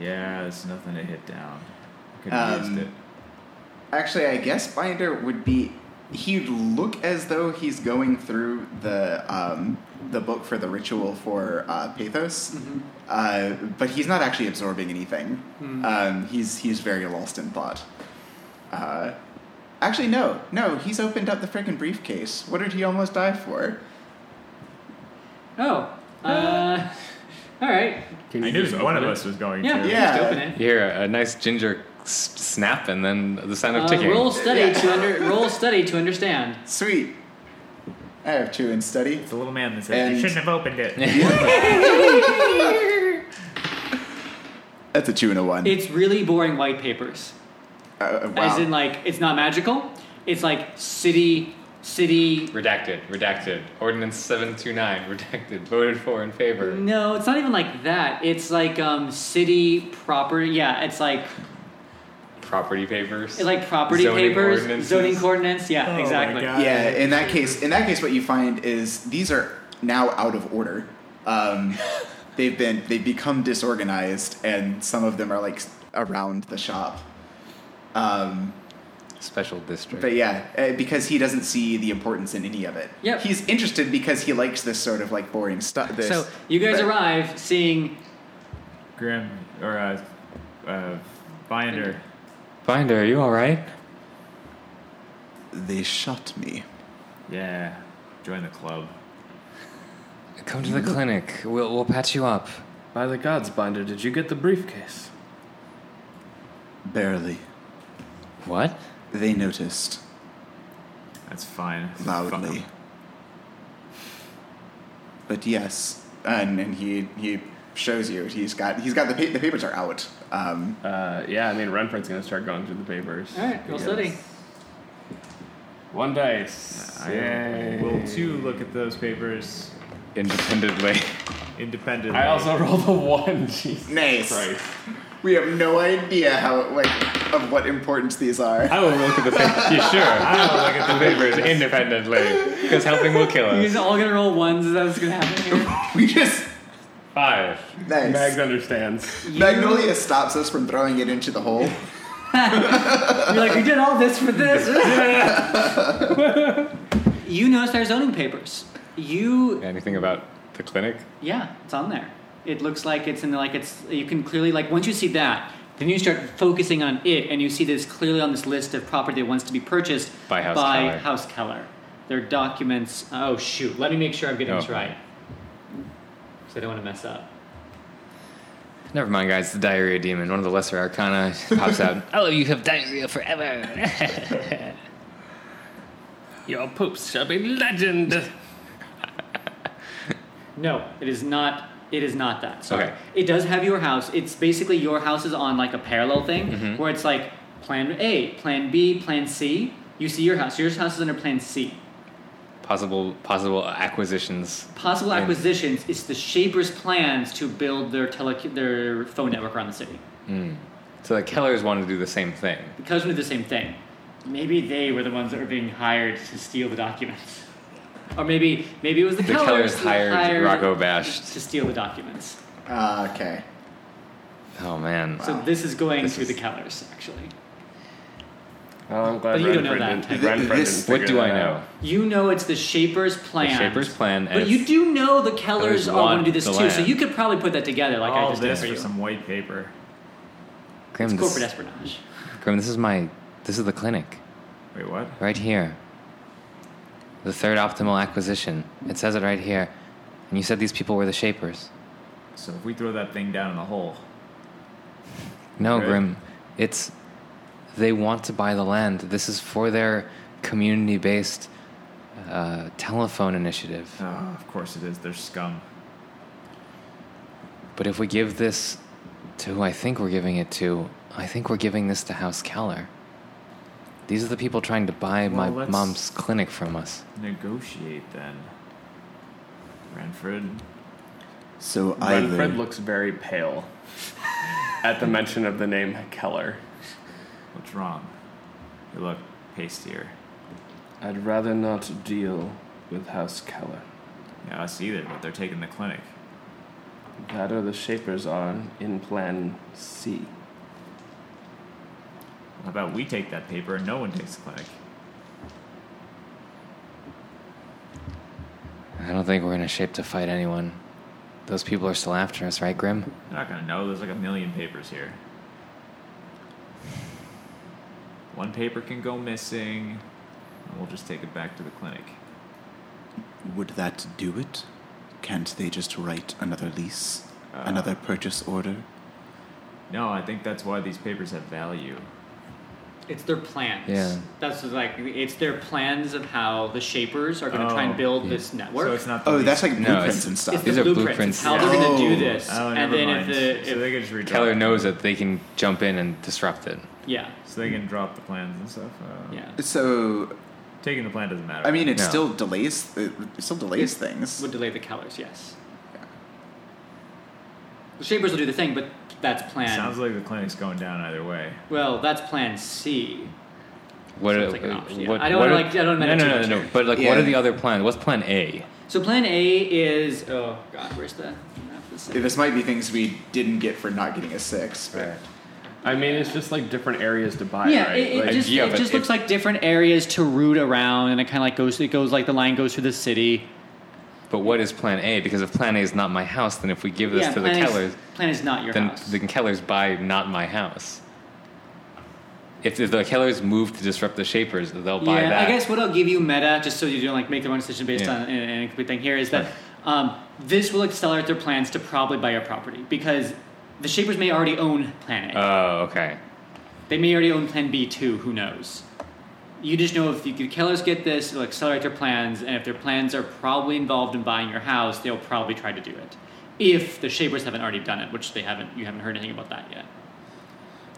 Speaker 5: Yeah, there's nothing to hit down. Could
Speaker 2: Um,
Speaker 5: have used it.
Speaker 2: Actually, I guess Binder would be. He'd look as though he's going through the um, the book for the ritual for uh, Pathos, uh, but he's not actually absorbing anything.
Speaker 1: Hmm. Mm-hmm.
Speaker 2: Um, he's he's very lost in thought. Uh, actually, no, no, he's opened up the freaking briefcase. What did he almost die for?
Speaker 1: oh, uh, all right.
Speaker 7: Can
Speaker 5: I
Speaker 7: you
Speaker 5: knew
Speaker 7: just
Speaker 5: one of
Speaker 7: open it?
Speaker 5: us was going
Speaker 1: Yeah,
Speaker 5: to.
Speaker 2: Yeah.
Speaker 1: Just open it.
Speaker 4: You hear a, a nice ginger s- snap and then the sound of
Speaker 1: Uh,
Speaker 4: ticking.
Speaker 1: roll study
Speaker 2: Yeah.
Speaker 1: to under. Roll study to understand.
Speaker 2: Sweet. I have two in study.
Speaker 5: It's a little man that says,
Speaker 2: And-
Speaker 5: you shouldn't have opened it.
Speaker 2: That's a two and a one.
Speaker 1: It's really boring white papers.
Speaker 2: Uh, uh, wow.
Speaker 1: As in, like, it's not magical. It's like city, city.
Speaker 4: Redacted, redacted. Ordinance 729, redacted. Voted for in favor.
Speaker 1: No, it's not even like that. It's like um, city property. Yeah, it's like
Speaker 4: Property papers.
Speaker 1: it's like property
Speaker 4: Zoning
Speaker 1: papers,
Speaker 4: ordinances.
Speaker 1: zoning coordinates. Yeah,
Speaker 5: Oh my
Speaker 1: exactly.
Speaker 5: God.
Speaker 2: yeah in that case in that case what you find is these are now out of order um, they've been they've become disorganized and some of them are like s- around the shop um,
Speaker 4: Special district.
Speaker 2: but yeah eh, because he doesn't see the importance in any of it
Speaker 1: Yep.
Speaker 2: he's interested because he likes this sort of like boring stuff this
Speaker 1: So you guys
Speaker 2: but-
Speaker 1: arrive seeing
Speaker 5: Grim or uh, uh, Binder.
Speaker 4: Binder, are you all right?
Speaker 2: They shot me.
Speaker 5: Yeah, join the club.
Speaker 4: Come to the clinic. We'll we'll patch you up.
Speaker 3: By the gods, Binder, did you get the briefcase?
Speaker 2: Barely.
Speaker 4: What?
Speaker 2: They noticed
Speaker 5: That's fine. This is
Speaker 2: loudly.
Speaker 5: fun.
Speaker 2: But yes, and, and he he shows you he's got he's got the pa- the papers are out. Um,
Speaker 7: Uh, yeah, I mean, Renfred's gonna start going through the papers.
Speaker 1: All right, roll study.
Speaker 7: One dice.
Speaker 5: I will too look at those papers
Speaker 4: Independently.
Speaker 5: independently.
Speaker 7: I also rolled a one. Jesus
Speaker 2: Nice.
Speaker 7: Christ.
Speaker 2: we have no idea how like of what importance these are.
Speaker 4: I will look at the papers. Yeah, sure. I will look at the papers independently because helping will kill
Speaker 1: You guys
Speaker 4: us.
Speaker 1: are all gonna roll ones. Is that what's gonna happen here?
Speaker 2: We just
Speaker 4: Five.
Speaker 2: nice.
Speaker 7: Mags understands.
Speaker 2: Magnolia stops us from throwing it into the hole.
Speaker 1: You're like, we did all this for this. you noticed our zoning papers. You,
Speaker 4: Anything about the clinic?
Speaker 1: yeah, it's on there. It looks like it's in the, like it's. You can clearly like once you see that, then you start focusing on it, and you see this clearly on this list of property that wants to be purchased
Speaker 4: By House Keller.
Speaker 1: House Keller. Their documents. Oh shoot! Let me make sure I'm getting this
Speaker 4: Okay.
Speaker 1: right. So I don't want to mess up.
Speaker 4: Never mind, guys. The diarrhea demon, one of the lesser arcana, pops out. oh, you have diarrhea forever.
Speaker 3: Your poops shall be legend.
Speaker 1: No, it is not. It is not that. Sorry.
Speaker 4: Okay.
Speaker 1: It does have your house. It's basically your house is on like a parallel thing
Speaker 4: Mm-hmm.
Speaker 1: where it's like plan A, plan B, plan C. You see your house. Your house is under plan C.
Speaker 4: possible possible acquisitions.
Speaker 1: Possible
Speaker 4: Yeah.
Speaker 1: acquisitions is the Shaper's plans to build their tele their phone network around the city.
Speaker 4: So the Kellers wanted to do the same thing.
Speaker 1: Because we do the same thing. Maybe they were the ones that were being hired to steal the documents. Or maybe maybe it was the,
Speaker 4: The Kellers
Speaker 1: that
Speaker 4: hired, Rocco Bashed.
Speaker 1: to steal the documents.
Speaker 2: Uh, okay.
Speaker 4: Oh man.
Speaker 1: So this is going
Speaker 4: This
Speaker 1: to
Speaker 4: is-
Speaker 1: the Kellers actually.
Speaker 7: Well, I'm glad
Speaker 1: But you don't know
Speaker 7: Renfred
Speaker 1: that.
Speaker 7: didn't-
Speaker 2: Th-
Speaker 7: Renfred
Speaker 2: this-
Speaker 7: didn't
Speaker 4: What do
Speaker 7: figure
Speaker 4: I
Speaker 7: that
Speaker 4: know?
Speaker 7: out.
Speaker 1: You know it's the Shaper's plan.
Speaker 4: The Shaper's plan. and
Speaker 1: But you
Speaker 4: it's-
Speaker 1: do know the Kellers
Speaker 4: Kellers
Speaker 1: are going to
Speaker 4: want
Speaker 1: do this
Speaker 4: the
Speaker 1: too, so
Speaker 4: land.
Speaker 1: you could probably put that together like I
Speaker 5: all
Speaker 1: just
Speaker 5: this
Speaker 1: did
Speaker 5: for
Speaker 1: for you.
Speaker 5: some white paper.
Speaker 4: Grim,
Speaker 1: it's corporate
Speaker 4: this,
Speaker 1: espionage.
Speaker 4: Grim, this is my. This is the clinic
Speaker 5: Wait, what?
Speaker 4: right here. The third optimal acquisition. It says it right here. And you said these people were the Shapers.
Speaker 5: So if we throw that thing down in the hole,
Speaker 4: No,
Speaker 5: Right.
Speaker 4: Grim. It's they want to buy the land. This is for their community-based uh, telephone initiative.
Speaker 5: oh, of course it is. They're scum.
Speaker 4: But if we give this to who I think we're giving it to, I think we're giving this to House Keller. These are the people trying to buy
Speaker 5: Well,
Speaker 4: my
Speaker 5: let's-
Speaker 4: mom's clinic from us.
Speaker 5: Negotiate then. Renfred.
Speaker 2: So
Speaker 7: Renfred
Speaker 2: either
Speaker 7: looks very pale at the mention of the name Keller.
Speaker 5: What's wrong? You look pastier.
Speaker 3: I'd rather not deal with House Keller.
Speaker 5: Yeah, us either, but they're taking the clinic.
Speaker 3: That or the Shapers are in Plan C.
Speaker 5: How about we take that paper and no one takes the clinic?
Speaker 4: I don't think we're in a shape to fight anyone. Those people are still after us, right, Grim?
Speaker 5: They're not gonna know. There's like a million papers here. One paper can go missing, and we'll just take it back to the clinic.
Speaker 2: would that do it? Can't they just write another lease,
Speaker 4: Uh.
Speaker 2: another purchase order?
Speaker 5: Uh, No, I think that's why these papers have value.
Speaker 1: It's their plans.
Speaker 4: Yeah.
Speaker 1: That's what, like it's their plans of how the Shapers are going to try and
Speaker 5: Oh.
Speaker 1: build this network.
Speaker 5: So it's not. The
Speaker 2: Oh,
Speaker 5: least-
Speaker 2: that's like
Speaker 4: No,
Speaker 2: blueprints
Speaker 4: it's-
Speaker 2: and
Speaker 1: It's
Speaker 2: stuff.
Speaker 4: These
Speaker 1: the
Speaker 4: are
Speaker 1: blueprints,
Speaker 4: blueprints,
Speaker 1: of how
Speaker 5: yeah.
Speaker 1: they're going to do
Speaker 2: Oh.
Speaker 1: this,
Speaker 5: Oh,
Speaker 1: and
Speaker 5: never
Speaker 1: then
Speaker 5: mind.
Speaker 1: if the if,
Speaker 5: so they can just redraw.
Speaker 4: Keller
Speaker 5: it.
Speaker 4: knows that they can jump in and disrupt it.
Speaker 1: yeah
Speaker 5: So they can drop the plans and stuff. Uh,
Speaker 1: yeah
Speaker 2: So
Speaker 5: Taking the plan doesn't matter.
Speaker 2: I mean, it
Speaker 4: No.
Speaker 2: still delays it still delays things.
Speaker 1: would delay the Kellers, yes. The Shapers will do the thing, but that's plan.
Speaker 5: sounds like the clinic's going down either way.
Speaker 1: well, that's plan C.
Speaker 4: What?
Speaker 1: Sounds like an option, yeah.
Speaker 4: what
Speaker 1: I don't
Speaker 4: what
Speaker 1: wanna,
Speaker 4: are-
Speaker 1: like- I don't wanna
Speaker 4: No, no, no,
Speaker 1: mention
Speaker 4: no,
Speaker 1: it.
Speaker 4: no. But like, what are
Speaker 2: Yeah.
Speaker 4: the other plans? What's Plan A?
Speaker 1: So plan A is oh god, where's the? I have to say.
Speaker 2: This might be things we didn't get for not getting a six. But
Speaker 7: I mean, it's just like different areas to buy,
Speaker 1: yeah,
Speaker 7: right?
Speaker 1: it, it
Speaker 7: Like,
Speaker 1: just,
Speaker 4: yeah,
Speaker 1: it
Speaker 4: but
Speaker 1: just
Speaker 4: it-
Speaker 1: looks like different areas to root around, and it kind of like goes. It goes like the line goes through the city.
Speaker 4: But what is Plan A? Because if Plan A is not my house, then if we give this
Speaker 1: yeah,
Speaker 4: to the
Speaker 1: plan
Speaker 4: Kellers,
Speaker 1: Is, plan is not your
Speaker 4: then
Speaker 1: house.
Speaker 4: the Kellers buy not my house. If the- the Kellers move to disrupt the Shapers, they'll buy
Speaker 1: yeah,
Speaker 4: that.
Speaker 1: I guess what I'll give you meta, just so you don't like make the wrong decision based
Speaker 4: Yeah.
Speaker 1: on an, an incomplete thing here, is that um, this will accelerate their plans to probably buy your property because the Shapers may already own Plan A.
Speaker 4: Oh, okay.
Speaker 1: they may already own Plan B too. Who knows? You just know if the Kellers get this, it'll accelerate their plans, and if their plans are probably involved in buying your house, they'll probably try to do it. If the Shapers haven't already done it, which they haven't, you haven't heard anything about that yet.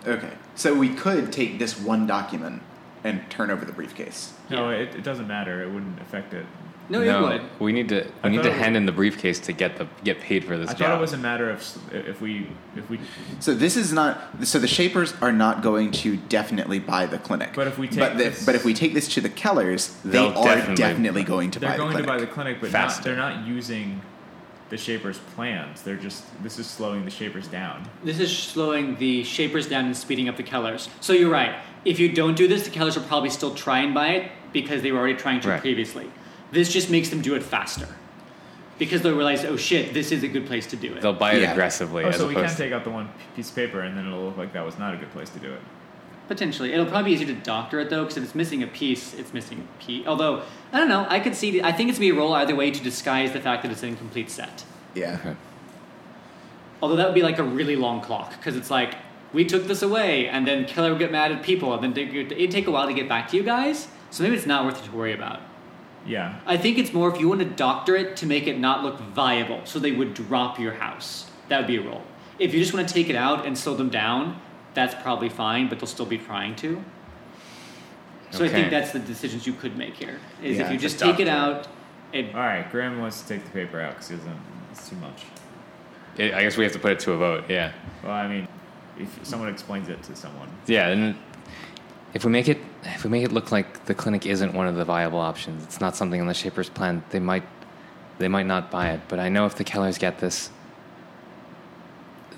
Speaker 2: Okay, so we could take this one document and turn over the briefcase.
Speaker 5: No, it, it doesn't matter. It wouldn't affect it.
Speaker 1: No, you would.
Speaker 4: We need to. We
Speaker 5: I
Speaker 4: need
Speaker 5: thought
Speaker 4: to
Speaker 5: it was-
Speaker 4: hand in the briefcase to get the get paid for this
Speaker 5: I
Speaker 4: job.
Speaker 5: thought it was a matter of s- if we if we
Speaker 2: So this is not. So the Shapers are not going to definitely buy the clinic.
Speaker 5: But if we take
Speaker 2: but, the-
Speaker 5: this-
Speaker 2: but if we take this to the Kellers, they
Speaker 4: They'll
Speaker 2: are
Speaker 4: definitely-
Speaker 2: definitely, going to
Speaker 5: they're
Speaker 2: buy
Speaker 5: going
Speaker 2: the
Speaker 5: to buy
Speaker 2: clinic.
Speaker 5: the clinic, but
Speaker 4: Faster.
Speaker 5: not, they're not using the Shapers' plans. They're just this is slowing the Shapers down.
Speaker 1: This is slowing the shapers down and speeding up the Kellers. So you're right. If you don't do this, the Kellers will probably still try and buy it because they were already trying to
Speaker 4: Right.
Speaker 1: previously. This just makes them do it faster because they'll realize, oh shit, this is a good place to do it.
Speaker 4: They'll buy it
Speaker 2: Yeah.
Speaker 4: aggressively
Speaker 5: oh,
Speaker 4: as
Speaker 5: so we
Speaker 4: opposed.
Speaker 5: can take out the one piece of paper, and then it'll look like that was not a good place to do it.
Speaker 1: Potentially, it'll probably be easier to doctor it though, because if it's missing a piece, it's missing a piece. Although I don't know, I could see. I think it's gonna be a roll either way to disguise the fact that it's an incomplete set.
Speaker 2: Yeah.
Speaker 4: Okay.
Speaker 1: Although that would be like a really long clock because it's like we took this away, and then Keller would get mad at people, and then they- it'd take a while to get back to you guys. So maybe it's not worth it to worry about.
Speaker 5: Yeah,
Speaker 1: I think it's more if you want to doctor it to make it not look viable, so they would drop your house. That would be a roll. If you just want to take it out and slow them down, that's probably fine, but they'll still be trying to. So I
Speaker 4: Okay.
Speaker 1: think that's the decisions you could make here. Is
Speaker 2: Yeah,
Speaker 1: if you just
Speaker 2: just
Speaker 1: take it
Speaker 4: doctor
Speaker 1: out, it,
Speaker 5: All right, Graham wants to take the paper out because he doesn't. It's too much.
Speaker 4: It, I guess we have to put it to a vote. Yeah.
Speaker 5: Well, I mean, if someone explains it to someone,
Speaker 4: Yeah. And if we make it, if we make it look like the clinic isn't one of the viable options, it's not something on the Shapers' plan. They might, they might not buy it. But I know if the Kellers get this,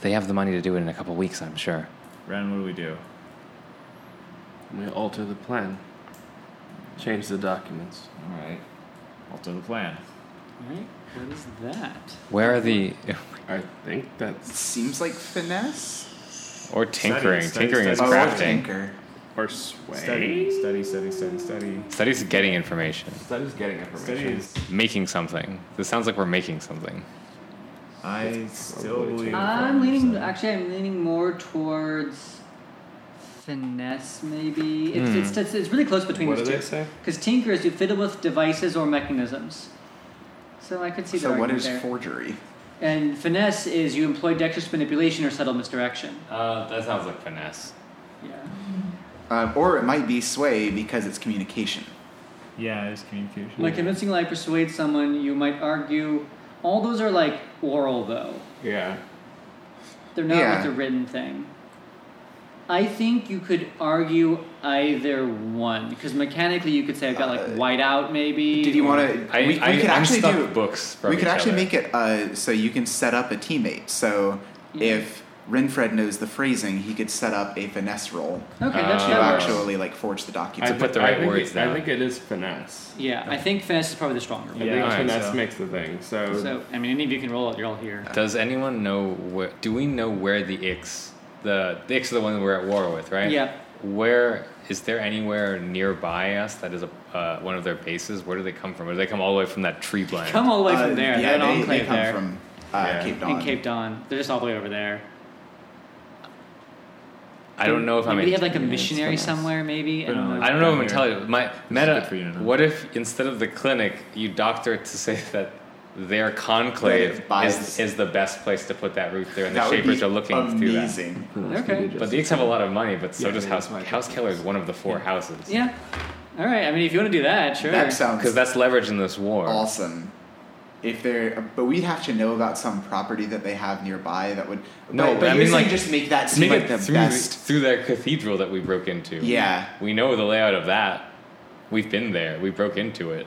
Speaker 4: they have the money to do it in a couple weeks. I'm sure.
Speaker 5: Ren, what do we do?
Speaker 3: We alter the plan. Change the documents.
Speaker 5: All right, alter the plan.
Speaker 1: right? What is that?
Speaker 4: Where are the
Speaker 3: I think that's
Speaker 2: Seems like finesse
Speaker 4: or tinkering?
Speaker 5: Study, study,
Speaker 4: tinkering is
Speaker 5: study.
Speaker 2: or
Speaker 4: crafting.
Speaker 2: tinker.
Speaker 3: or sway.
Speaker 5: Study, study, study, study, study.
Speaker 4: Studies getting information,
Speaker 3: Study's getting information.
Speaker 5: Study is.
Speaker 4: making something. This sounds like we're making something.
Speaker 5: I still
Speaker 3: probably
Speaker 5: believe.
Speaker 3: too.
Speaker 1: I'm
Speaker 5: Ren,
Speaker 1: leaning.
Speaker 5: so-
Speaker 1: Actually, I'm leaning more towards finesse. Maybe it's
Speaker 4: Hmm.
Speaker 1: it's, it's, it's really close between
Speaker 3: What do
Speaker 1: these
Speaker 3: they
Speaker 1: two.
Speaker 3: say?
Speaker 1: Because tinker is you fiddle with devices or mechanisms. So I could see the
Speaker 2: So what
Speaker 1: argument
Speaker 2: is
Speaker 1: there.
Speaker 2: forgery?
Speaker 1: and finesse is you employ dexterous manipulation or subtle misdirection.
Speaker 4: Uh, that sounds like finesse.
Speaker 1: Yeah.
Speaker 2: Um, or it might be sway because it's communication.
Speaker 5: Yeah, it's communication.
Speaker 1: Like convincing like persuade someone, you might argue. All those are like oral though.
Speaker 3: Yeah.
Speaker 1: They're not
Speaker 2: Yeah.
Speaker 1: like the written thing. I think you could argue either one because mechanically you could say I've got like
Speaker 2: Uh,
Speaker 1: whiteout maybe.
Speaker 2: Did you
Speaker 1: or-
Speaker 2: want to?
Speaker 4: I,
Speaker 2: we, we
Speaker 4: I,
Speaker 2: could
Speaker 4: I'm
Speaker 2: actually
Speaker 4: stuck
Speaker 2: do.
Speaker 4: books. From
Speaker 2: we could
Speaker 4: each
Speaker 2: actually
Speaker 4: other.
Speaker 2: make it uh, so you can set up a teammate. So
Speaker 1: Yeah.
Speaker 2: if Renfred knows the phrasing, he could set up a finesse roll
Speaker 1: Okay,
Speaker 4: Uh,
Speaker 1: that's
Speaker 2: to
Speaker 1: that works.
Speaker 2: actually like forge the
Speaker 4: To
Speaker 2: document.
Speaker 4: put the
Speaker 7: I
Speaker 4: right
Speaker 7: think
Speaker 4: words
Speaker 7: it-
Speaker 4: down.
Speaker 7: I think it is finesse.
Speaker 1: Yeah, I think finesse is probably the stronger.
Speaker 7: I
Speaker 1: one.
Speaker 5: Yeah,
Speaker 7: think
Speaker 4: alright,
Speaker 7: finesse
Speaker 5: so-
Speaker 7: makes the thing. So,
Speaker 1: So I mean, any of you can roll it. You're all here.
Speaker 4: Does anyone know where? Do we know where the Ix? The the Ix are the one we're at war with, right?
Speaker 1: Yeah.
Speaker 4: Where is there anywhere nearby us that is a, uh, one of their bases? Where do they come from? Or do they come all the way from that tree blend?
Speaker 1: Come all the way
Speaker 2: Uh,
Speaker 1: from there.
Speaker 2: Yeah,
Speaker 1: They're an
Speaker 2: they,
Speaker 1: enclave
Speaker 2: they come
Speaker 1: there
Speaker 2: from uh,
Speaker 5: Yeah.
Speaker 2: Cape Dawn.
Speaker 1: in Cape Don. They're just all the way over there.
Speaker 4: I don't know if I'm.
Speaker 1: Maybe they have like a
Speaker 4: intimidated.
Speaker 1: missionary somewhere. Maybe I
Speaker 5: But
Speaker 1: don't
Speaker 5: no,
Speaker 1: know.
Speaker 4: I don't know if I'm
Speaker 5: Down here.
Speaker 4: intelligent. My
Speaker 5: good for you to
Speaker 4: meta.
Speaker 5: know.
Speaker 4: What if instead of the clinic, you doctor it to say that their conclave
Speaker 2: That it
Speaker 4: is,
Speaker 2: buys-
Speaker 4: is the best place to put that roof there, and
Speaker 2: That
Speaker 4: the
Speaker 2: would
Speaker 4: shapers
Speaker 2: be
Speaker 4: are looking through that.
Speaker 2: amazing.
Speaker 1: Okay.
Speaker 4: But the Ix have a lot of money, but so
Speaker 5: Yeah,
Speaker 4: does
Speaker 5: they-
Speaker 4: House
Speaker 5: that's my-
Speaker 4: House Keller is one of the four houses.
Speaker 1: Yeah. All right. I mean, if you want to do that, sure.
Speaker 2: That sounds
Speaker 4: Because that's leverage in this war.
Speaker 2: awesome. If they're, but we'd have to know about some property that they have nearby that would.
Speaker 4: No,
Speaker 2: but,
Speaker 4: but
Speaker 2: but
Speaker 4: I
Speaker 2: you're
Speaker 4: mean,
Speaker 2: saying
Speaker 4: like,
Speaker 2: just make that seem
Speaker 4: Make
Speaker 2: like
Speaker 4: it
Speaker 2: the
Speaker 4: through,
Speaker 2: best.
Speaker 4: through that cathedral that we broke into.
Speaker 2: Yeah.
Speaker 4: We know the layout of that. We've been there. We broke into it.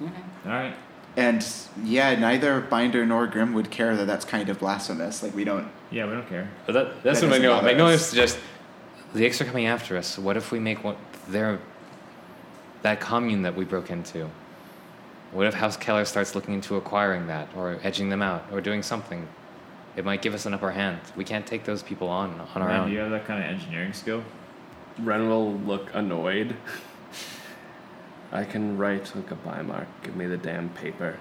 Speaker 5: All right.
Speaker 2: And yeah, neither Binder nor Grimm would care that that's kind of blasphemous. Like we don't.
Speaker 5: Yeah, we don't care.
Speaker 4: But that, that's
Speaker 2: That doesn't
Speaker 4: what Magnolia,
Speaker 2: bother
Speaker 4: Magnolia
Speaker 2: us.
Speaker 4: suggests. The Ix are coming after us. What if we make one, their, that commune that we broke into? What if House Keller starts looking into acquiring that, or edging them out, or doing something? It might give us an upper hand. We can't take those people on on our
Speaker 5: Man,
Speaker 4: own.
Speaker 5: do you have that kind of engineering skill?
Speaker 3: Ren will look annoyed. I can write a goodbye mark. Give me the damn paper.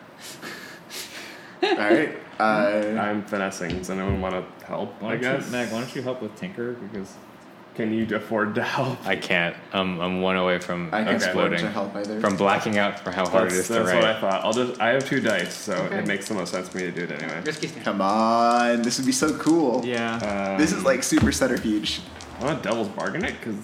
Speaker 2: All right. Uh,
Speaker 3: I'm finessing. Does anyone want to help?
Speaker 5: Why
Speaker 3: I
Speaker 5: don't you,
Speaker 3: guess.
Speaker 5: Meg, why don't you help with Tinker? Because
Speaker 3: Can you afford to help?
Speaker 4: I can't. Um, I'm one away from
Speaker 2: I can
Speaker 4: exploding.
Speaker 2: to help either.
Speaker 4: From blacking out for how hard it is
Speaker 3: That's,
Speaker 4: to
Speaker 3: that's what I
Speaker 4: write.
Speaker 3: thought. I'll just. I have two dice, so it makes the most sense for me to do it anyway.
Speaker 1: Risky stand.
Speaker 2: Come on, this would be so cool.
Speaker 5: yeah,
Speaker 3: Um,
Speaker 2: This is like super centrifuge.
Speaker 3: I want to devil's bargain it because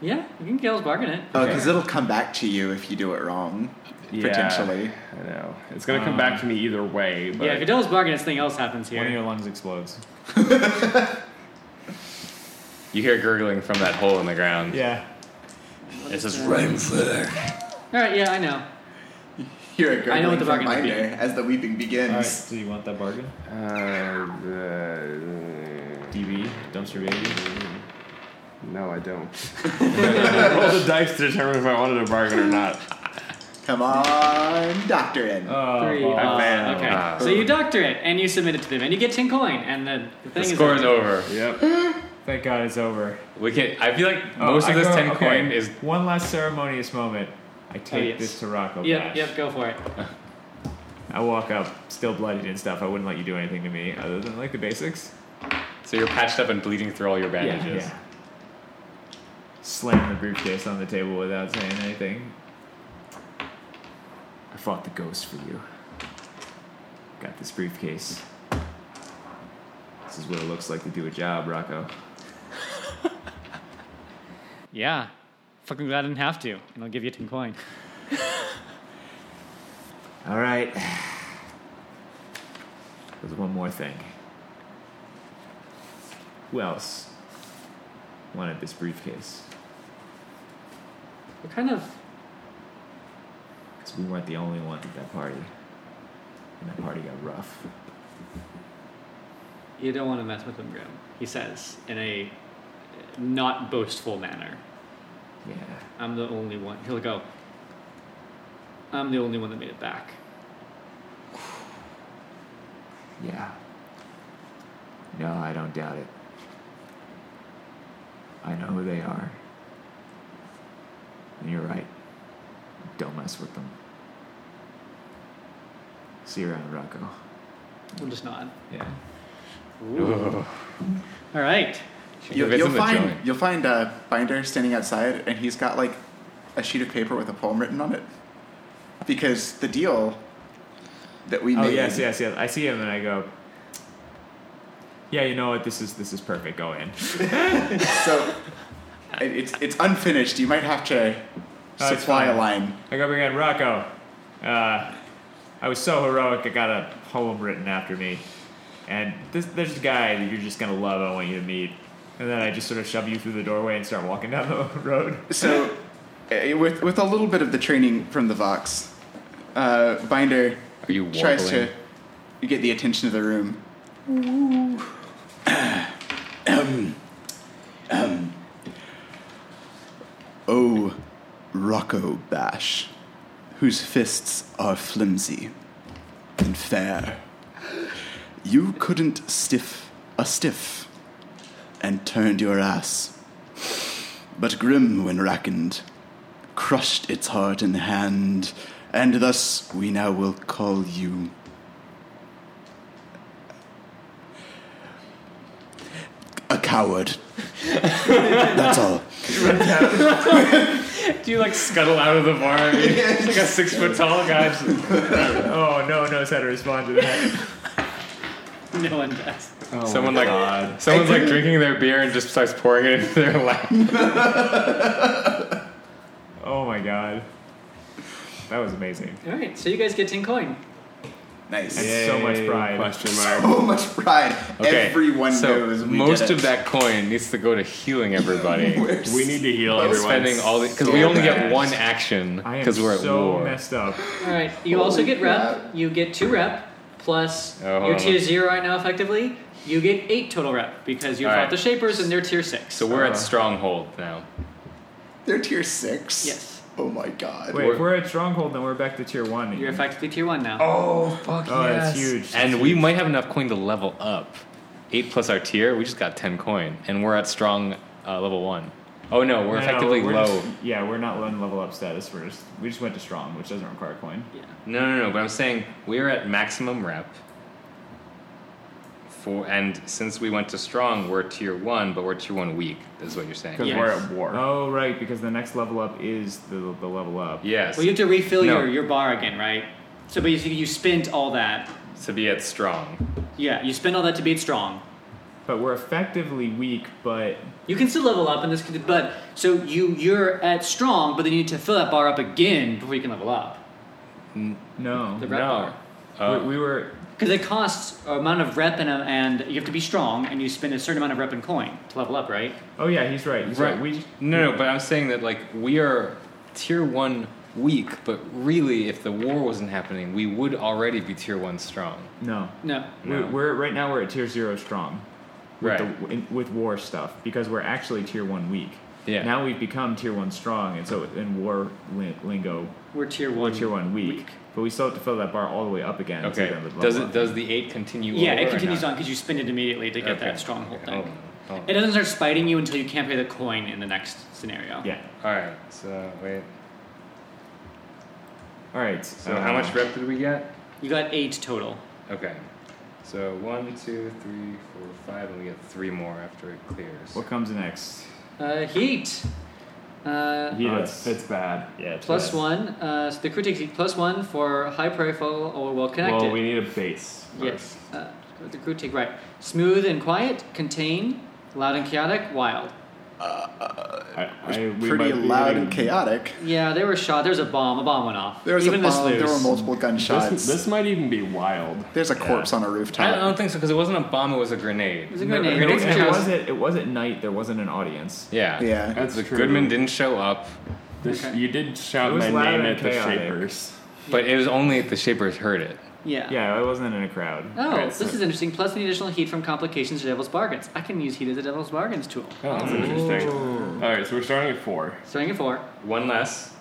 Speaker 1: Yeah, you can Gale's bargain it.
Speaker 2: Oh, because it'll come back to you if you do it wrong, potentially.
Speaker 3: I know it's gonna come back to me either way. But
Speaker 1: yeah, if it Gale's bargain it, something else happens
Speaker 5: one of
Speaker 1: here.
Speaker 5: your lungs explodes.
Speaker 4: You hear gurgling from that hole in the ground.
Speaker 5: Yeah.
Speaker 4: It's just right.
Speaker 1: All right, yeah, I know.
Speaker 2: Here it
Speaker 1: I know what the
Speaker 2: goes.
Speaker 1: bargain would be.
Speaker 2: Reminder as the weeping begins.
Speaker 5: All right. Do you want that bargain?
Speaker 3: uh, uh,
Speaker 5: DB dumpster baby.
Speaker 3: no, I don't. I rolled the dice to determine if I wanted a bargain or not.
Speaker 2: Come on, doctrine.
Speaker 5: Oh,
Speaker 1: Three.
Speaker 5: balls.
Speaker 1: uh,
Speaker 3: failed.
Speaker 1: okay.
Speaker 4: Ah.
Speaker 1: So you doctor it, and you submit it to them, and you get ten coin, and then the
Speaker 4: The
Speaker 1: thing
Speaker 4: score
Speaker 1: is
Speaker 4: is over.
Speaker 3: Yep.
Speaker 5: Thank God it's over.
Speaker 4: We can. I feel like
Speaker 5: Oh,
Speaker 4: most
Speaker 5: I
Speaker 4: of this
Speaker 5: go-
Speaker 4: ten
Speaker 5: okay,
Speaker 4: coin is
Speaker 5: one last ceremonious moment. I take
Speaker 1: yes.
Speaker 5: this to Rocco.
Speaker 1: Yep,
Speaker 5: Cash.
Speaker 1: yep, go for it.
Speaker 5: I walk up, still bloodied and stuff. I wouldn't let you do anything to me other than like the basics.
Speaker 4: So you're patched up and bleeding through all your bandages.
Speaker 5: Yeah. Slam the briefcase on the table without saying anything. I fought the ghost for you. Got this briefcase. This is what it looks like to do a job, Rocco.
Speaker 1: Yeah, fucking glad I didn't have to, and I'll give you ten coin.
Speaker 5: All right. There's one more thing. Who else wanted this briefcase?
Speaker 1: What kind of?
Speaker 5: Because we weren't the only ones at that party. And that party got rough.
Speaker 1: You don't want to mess with him, Grim. He says in a not boastful manner.
Speaker 5: Yeah.
Speaker 1: I'm the only one. He'll go. I'm the only one that made it back.
Speaker 5: Yeah. No, I don't doubt it. I know who they are. And you're right. Don't mess with them. See you around, Rocco.
Speaker 1: We'll just nod.
Speaker 5: Yeah.
Speaker 1: All right.
Speaker 2: You'll,
Speaker 4: It's
Speaker 2: you'll
Speaker 4: in the
Speaker 2: find
Speaker 4: joint.
Speaker 2: you'll find uh, Binder standing outside, and he's got like a sheet of paper with a poem written on it, because the deal that we
Speaker 5: Oh
Speaker 2: made.
Speaker 5: yes, yes, yes. I see him and I go. Yeah, you know what? This is this is perfect. Go in.
Speaker 2: So it- it's it's unfinished. You might have to
Speaker 5: Uh, it's
Speaker 2: supply a
Speaker 5: fine.
Speaker 2: line.
Speaker 5: I go bring in Rocco. Uh, I was so heroic. I got a poem written after me, and this, there's a guy that you're just gonna love. I want you to meet, and then I just sort of shove you through the doorway and start walking down the road.
Speaker 2: So uh, with with a little bit of the training from the Vox, uh, Binder
Speaker 4: Are you
Speaker 2: tries to
Speaker 4: warbling?
Speaker 2: get the attention of the room. Oh, Rocco Bash, whose fists are flimsy and fair, you couldn't stiff a stiff and turned your ass. But Grim, when reckoned, crushed its heart in hand, and thus we now will call you. A coward. That's all.
Speaker 4: Do you like scuttle out of the bar? It's like a six foot tall guy.
Speaker 5: Oh no, one knows how to respond to that.
Speaker 1: No one does.
Speaker 4: someone like someone's like drinking their beer and just starts pouring it into their lap.
Speaker 5: Oh my god, that was amazing.
Speaker 1: All right. So you guys get ten coin.
Speaker 2: Nice.
Speaker 5: And so much pride.
Speaker 3: Question mark.
Speaker 2: So much pride. Everyone
Speaker 4: so
Speaker 2: knows. We
Speaker 4: most
Speaker 2: did it.
Speaker 4: of that coin needs to go to healing everybody.
Speaker 2: We're
Speaker 3: We need to heal
Speaker 4: We're
Speaker 3: everyone.
Speaker 4: spending all the because
Speaker 2: so
Speaker 4: we only
Speaker 3: bad.
Speaker 4: get one action
Speaker 5: I am
Speaker 4: because we're at
Speaker 5: so
Speaker 4: war.
Speaker 5: messed up.
Speaker 1: All right. You also get rep. You get two rep plus
Speaker 4: Oh, hold
Speaker 1: your
Speaker 4: on.
Speaker 1: tier zero right now. Effectively, you get eight total rep because you
Speaker 4: All
Speaker 1: fought
Speaker 4: right.
Speaker 1: the shapers and they're tier six.
Speaker 4: so we're at stronghold now.
Speaker 2: They're tier six.
Speaker 1: yes.
Speaker 2: Oh my god.
Speaker 5: Wait, if we're at Stronghold, then we're back to tier one.
Speaker 1: You're effectively tier one now.
Speaker 4: Oh fuck
Speaker 5: Oh, that's huge.
Speaker 4: And we might have enough coin to level up. Eight plus our tier, we just got ten coin, and we're at strong uh, level one. Oh no, we're
Speaker 5: No, no,
Speaker 4: effectively
Speaker 5: we're
Speaker 4: low.
Speaker 5: just- yeah, we're not on level up status. We're just we just went to strong, which doesn't require coin.
Speaker 1: Yeah.
Speaker 4: No, no, no. But I'm saying we're at maximum rep. For and since we went to strong, we're tier one, but we're tier one weak. Is what you're saying?
Speaker 3: Because
Speaker 1: Yes.
Speaker 3: we're at war.
Speaker 5: Oh right, because the next level up is the the level up.
Speaker 4: Yes.
Speaker 1: Well, you have to refill
Speaker 4: No.
Speaker 1: your, your bar again, right? So, but you, you spent all that.
Speaker 4: to be at strong.
Speaker 1: Yeah, you spend all that to be strong.
Speaker 5: But we're effectively weak, but
Speaker 1: You can still level up in this, but so you you're at strong, but then you need to fill that bar up again before you can level up.
Speaker 5: no,
Speaker 1: The rep
Speaker 4: No. Uh,
Speaker 5: we, we were
Speaker 1: Because it costs an amount of rep and, a, and you have to be strong, and you spend a certain amount of rep and coin to level up, right?
Speaker 5: Oh yeah, he's right. He's right.
Speaker 4: right.
Speaker 5: We
Speaker 4: no, no. But I'm saying that like we are tier one weak, but really, if the war wasn't happening, we would already be tier one strong.
Speaker 5: no.
Speaker 1: No.
Speaker 5: We-
Speaker 4: No.
Speaker 5: We're right now we're at tier zero strong, with
Speaker 4: Right.
Speaker 5: The, in, with war stuff because we're actually tier one weak.
Speaker 4: Yeah.
Speaker 5: Now we've become tier one strong, and so in war lin- lingo,
Speaker 1: We're tier
Speaker 5: we're
Speaker 1: one.
Speaker 5: tier one weak.
Speaker 1: Weak.
Speaker 5: But we still have to fill that bar all the way up again. to
Speaker 4: Okay.
Speaker 5: then level
Speaker 4: Does
Speaker 5: up.
Speaker 4: it? Does the eight continue?
Speaker 1: Yeah,
Speaker 4: over
Speaker 1: it
Speaker 4: or
Speaker 1: continues
Speaker 4: not?
Speaker 1: on because you spend it immediately to get
Speaker 4: Okay.
Speaker 1: that stronghold
Speaker 4: Okay,
Speaker 1: thing.
Speaker 4: hold on, hold on.
Speaker 1: It doesn't start spiting you until you can't pay the coin in the next scenario.
Speaker 5: Yeah.
Speaker 4: All right. So wait.
Speaker 5: All right.
Speaker 4: So how much rep did we get?
Speaker 1: You got eight total.
Speaker 4: Okay. So one, two, three, four, five, and we get three more after it clears.
Speaker 5: What comes next?
Speaker 1: Uh, heat. Uh,
Speaker 5: Heat
Speaker 3: Oh,
Speaker 5: is-
Speaker 3: it's, it's bad.
Speaker 5: Yeah. it's
Speaker 1: plus
Speaker 5: bad.
Speaker 1: one. Uh, so the crew takes heat plus one for high profile or well connected.
Speaker 3: Well, we need a base.
Speaker 1: Yes. Uh, the crew take right. Smooth and quiet. Contain. Loud and chaotic. Wild.
Speaker 5: I, I, we
Speaker 2: Pretty
Speaker 5: might be
Speaker 2: loud
Speaker 5: hitting-
Speaker 2: and chaotic.
Speaker 1: Yeah, there were shot. There's a bomb. A bomb went off.
Speaker 2: There was
Speaker 1: Even
Speaker 2: a
Speaker 1: this
Speaker 2: bomb, there were
Speaker 1: loose.
Speaker 2: multiple
Speaker 3: This,
Speaker 2: gunshots.
Speaker 3: this might even be wild.
Speaker 2: There's a corpse on a
Speaker 4: I don't, I
Speaker 2: rooftop.
Speaker 4: don't think so because it wasn't a bomb; it was a grenade.
Speaker 1: It was a
Speaker 4: No,
Speaker 1: grenade.
Speaker 5: It
Speaker 4: grenades
Speaker 5: was,
Speaker 4: can
Speaker 5: it,
Speaker 4: have-
Speaker 5: was at, it was at night. There wasn't an audience.
Speaker 4: Yeah.
Speaker 2: Yeah.
Speaker 3: That's
Speaker 4: the
Speaker 3: true.
Speaker 4: Goodman didn't show up,
Speaker 3: This,
Speaker 1: Okay.
Speaker 3: You did
Speaker 5: It
Speaker 3: shout
Speaker 5: was
Speaker 3: my
Speaker 5: loud
Speaker 3: name
Speaker 5: and
Speaker 3: at
Speaker 5: chaotic.
Speaker 3: the shapers.
Speaker 4: but it was only if the shapers heard it.
Speaker 1: Yeah.
Speaker 5: Yeah, I wasn't in a crowd.
Speaker 1: Oh,
Speaker 5: Alright,
Speaker 1: this is interesting. Plus the additional heat from complications to Devil's Bargains. I can use heat as a Devil's Bargains tool.
Speaker 3: Oh, that's interesting. All right, so we're starting at four.
Speaker 1: Starting at four.
Speaker 4: One less.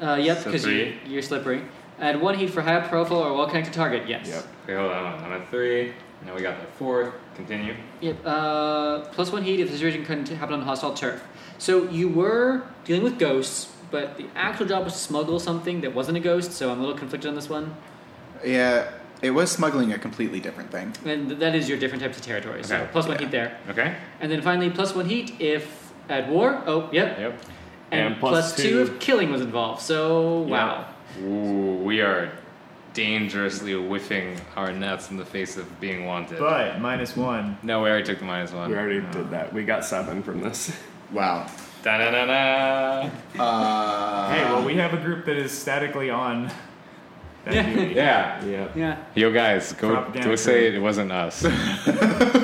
Speaker 1: Uh, yep,
Speaker 4: So
Speaker 1: because you,
Speaker 4: three.
Speaker 1: you're slippery. Add one heat for high profile or well connected target. Yes.
Speaker 3: Yep.
Speaker 4: Okay, hold on. hold on. I'm at three. Now we got the fourth. Continue.
Speaker 1: Yep. Uh, plus one heat if the situation couldn't happen on hostile turf. So you were dealing with ghosts, but the actual job was to smuggle something that wasn't a ghost. So I'm a little conflicted on this one.
Speaker 2: yeah, it was smuggling a completely different thing.
Speaker 1: And th- that is your different types of territory. So
Speaker 4: Okay.
Speaker 1: plus one
Speaker 2: Yeah.
Speaker 1: heat there,
Speaker 4: Okay.
Speaker 1: and then finally plus one heat if at war. Oh, yep.
Speaker 4: Yep.
Speaker 1: And,
Speaker 3: And plus
Speaker 1: plus two
Speaker 3: two.
Speaker 1: if killing was involved. So wow.
Speaker 4: Ooh, we are dangerously whiffing our nuts in the face of being wanted.
Speaker 5: But minus one.
Speaker 4: no, we already took the minus one.
Speaker 3: We already did that. We got seven from this.
Speaker 2: Wow.
Speaker 4: Da da da da.
Speaker 2: Uh,
Speaker 5: Hey, well, we have a group that is statically on. That
Speaker 1: Yeah.
Speaker 5: duty.
Speaker 4: Yeah.
Speaker 3: Yeah.
Speaker 1: Yeah.
Speaker 4: Yo guys, go
Speaker 5: Propaganda
Speaker 4: go say it wasn't us. wait,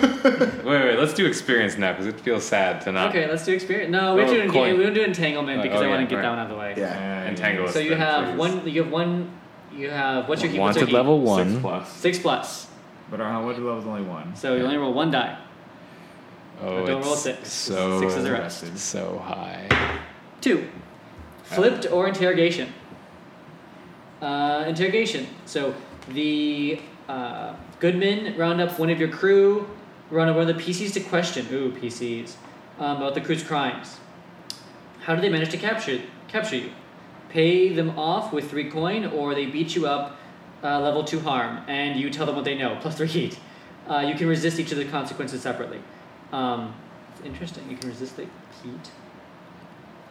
Speaker 4: wait, let's do experience now because it feels sad to not
Speaker 1: Okay, let's do experience. No, we're
Speaker 4: Oh,
Speaker 1: doing
Speaker 4: coin.
Speaker 1: we don't do entanglement
Speaker 4: Oh,
Speaker 1: because
Speaker 4: oh,
Speaker 1: I want
Speaker 4: yeah,
Speaker 1: to get
Speaker 4: right.
Speaker 1: that one out of the way.
Speaker 5: Uh,
Speaker 2: yeah.
Speaker 4: entangle us.
Speaker 1: So you
Speaker 4: then,
Speaker 1: have
Speaker 4: please.
Speaker 1: one. You have one. You have what's your heat? what's your
Speaker 4: wanted
Speaker 1: heat?
Speaker 4: level
Speaker 3: Six
Speaker 4: one.
Speaker 3: plus.
Speaker 1: Six plus.
Speaker 5: But our haunted level is only one.
Speaker 1: So you only roll one die.
Speaker 4: Oh,
Speaker 1: Don't
Speaker 4: it's
Speaker 1: roll six.
Speaker 4: So
Speaker 1: Six is arrested.
Speaker 4: So high.
Speaker 1: Two. Flipped or interrogation. Uh, interrogation. So the uh, Goodman round up one of your crew, round up one of the PCs to question. Ooh, PCs. Um, about the crew's crimes. How do they manage to capture capture you? Pay them off with three coin, or they beat you up, uh, level two harm, and you tell them what they know, plus three heat. Uh, you can resist each of the consequences separately. Um, it's interesting. You can resist the heat.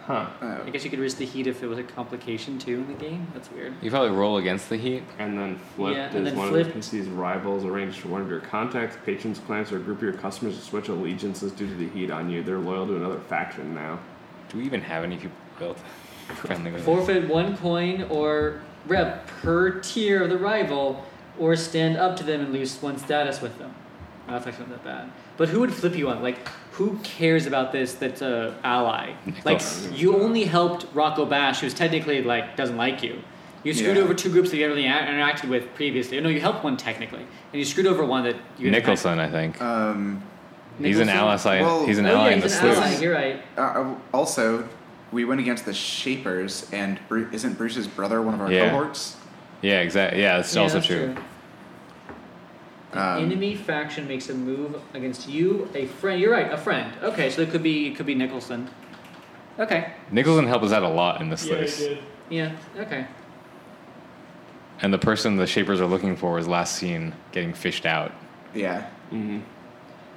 Speaker 3: Huh.
Speaker 2: Oh.
Speaker 1: I guess you could risk the heat if it was a complication too in the game. That's weird.
Speaker 4: You probably roll against the heat.
Speaker 3: And then flipped
Speaker 1: Yeah, and
Speaker 3: is
Speaker 1: then
Speaker 3: one
Speaker 1: flipped.
Speaker 3: of the PC's rivals arranged for one of your contacts, patrons, clients, or a group of your customers to switch allegiances due to the heat on you. They're loyal to another faction now.
Speaker 4: Do we even have any people built friendly with us?
Speaker 1: Forfeit one coin or rep per tier of the rival, or stand up to them and lose one status with them. Oh, that's actually not that bad. But who would flip you on? Like, who cares about this that's a ally? Like, you only helped Rocco Bash, who's technically, like, doesn't like you. You screwed
Speaker 2: Yeah.
Speaker 1: over two groups that you haven't interacted with previously. Oh, No, you helped one technically, and you screwed over one that you
Speaker 4: Nicholson, I think.
Speaker 2: Um,
Speaker 4: he's an
Speaker 1: Uh, Nicholson?
Speaker 4: ally.
Speaker 2: Well-
Speaker 4: he's an
Speaker 1: Oh,
Speaker 4: ally
Speaker 1: yeah,
Speaker 4: in the
Speaker 1: he's an ally.
Speaker 4: sleuths.
Speaker 1: You're right.
Speaker 2: uh, also, we went against the Shapers, and Bru- isn't Bruce's brother one of our
Speaker 4: Yeah.
Speaker 2: cohorts?
Speaker 4: Yeah, exactly. Yeah, that's
Speaker 1: Yeah,
Speaker 4: also
Speaker 1: that's
Speaker 4: true.
Speaker 1: The
Speaker 2: Um,
Speaker 1: enemy faction makes a move against you, a friend. You're right, a friend. Okay, so it could be it could be Nicholson. Okay.
Speaker 4: Nicholson helped us out a lot in this list.
Speaker 1: Yeah. Okay.
Speaker 4: And the person the Shapers are looking for was last seen getting fished out.
Speaker 2: Yeah.
Speaker 1: Mm-hmm.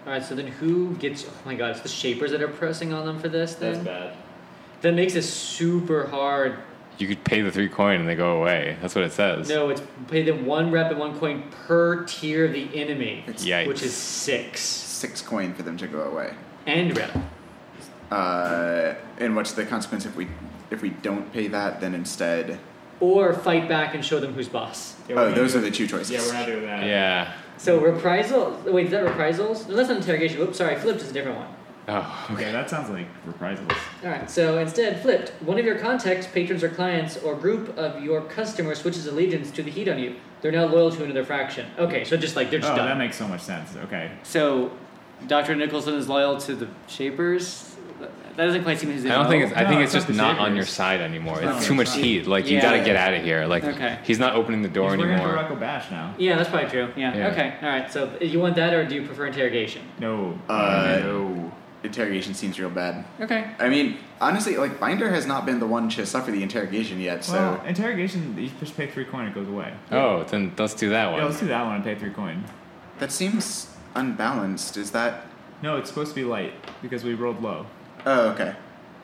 Speaker 1: All right. So then, who gets? Oh my God! It's the Shapers that are pressing on them for this. Then
Speaker 5: That's bad.
Speaker 1: that makes it super hard.
Speaker 4: You could pay the three coin and they go away. That's what it says.
Speaker 1: No, it's pay them one rep and one coin per tier of the enemy,
Speaker 2: It's
Speaker 4: Yikes.
Speaker 1: which is six
Speaker 2: six coin for them to go away.
Speaker 1: and rep.
Speaker 2: Uh, and what's the consequence if we if we don't pay that? Then instead,
Speaker 1: Or fight back and show them who's boss.
Speaker 5: Yeah, we're
Speaker 2: oh,
Speaker 5: not
Speaker 2: those are
Speaker 5: doing-
Speaker 2: the two choices.
Speaker 5: Yeah, we're not doing that.
Speaker 4: Yeah.
Speaker 1: So reprisals. Wait, is that reprisals? No, that's not interrogation. Whoops, sorry, flipped is a different one.
Speaker 4: Oh, okay.
Speaker 5: Okay, that sounds like reprisals.
Speaker 1: All right. So instead, flipped. One of your contacts, patrons, or clients, or group of your customers switches allegiance to the heat on you. They're now loyal to another faction. Okay, so just like they're just
Speaker 5: Oh,
Speaker 1: done.
Speaker 5: that makes so much sense. Okay.
Speaker 1: so, Doctor Nicholson is loyal to the Shapers. That doesn't quite seem his.
Speaker 4: I don't think it's. I
Speaker 5: No,
Speaker 4: think
Speaker 5: it's
Speaker 4: it's,
Speaker 5: not
Speaker 4: just
Speaker 5: the
Speaker 4: not on
Speaker 5: Shapers.
Speaker 4: your side anymore.
Speaker 5: not
Speaker 4: It's,
Speaker 5: on
Speaker 4: too
Speaker 5: your
Speaker 4: much
Speaker 5: side.
Speaker 4: heat. Like you
Speaker 1: Yeah.
Speaker 4: gotta get out of here. Like
Speaker 1: Okay.
Speaker 4: he's not opening the door
Speaker 5: He's wearing a
Speaker 4: anymore.
Speaker 5: Barocco Bash now.
Speaker 1: Yeah, that's probably true. Yeah.
Speaker 4: Yeah.
Speaker 1: Okay. All right. So you want that, or do you prefer interrogation?
Speaker 5: No.
Speaker 2: Uh,
Speaker 3: no.
Speaker 2: Interrogation seems real bad.
Speaker 1: Okay.
Speaker 2: I mean, honestly, like Binder has not been the one to suffer the interrogation yet. So
Speaker 5: well, interrogation, you just pay three coin, it goes away.
Speaker 4: Oh, then let's do that
Speaker 5: Yeah, let's
Speaker 4: one.
Speaker 5: do that one and pay three coin.
Speaker 2: that seems unbalanced. Is that?
Speaker 5: No, it's supposed to be light because we rolled low.
Speaker 2: Oh, okay.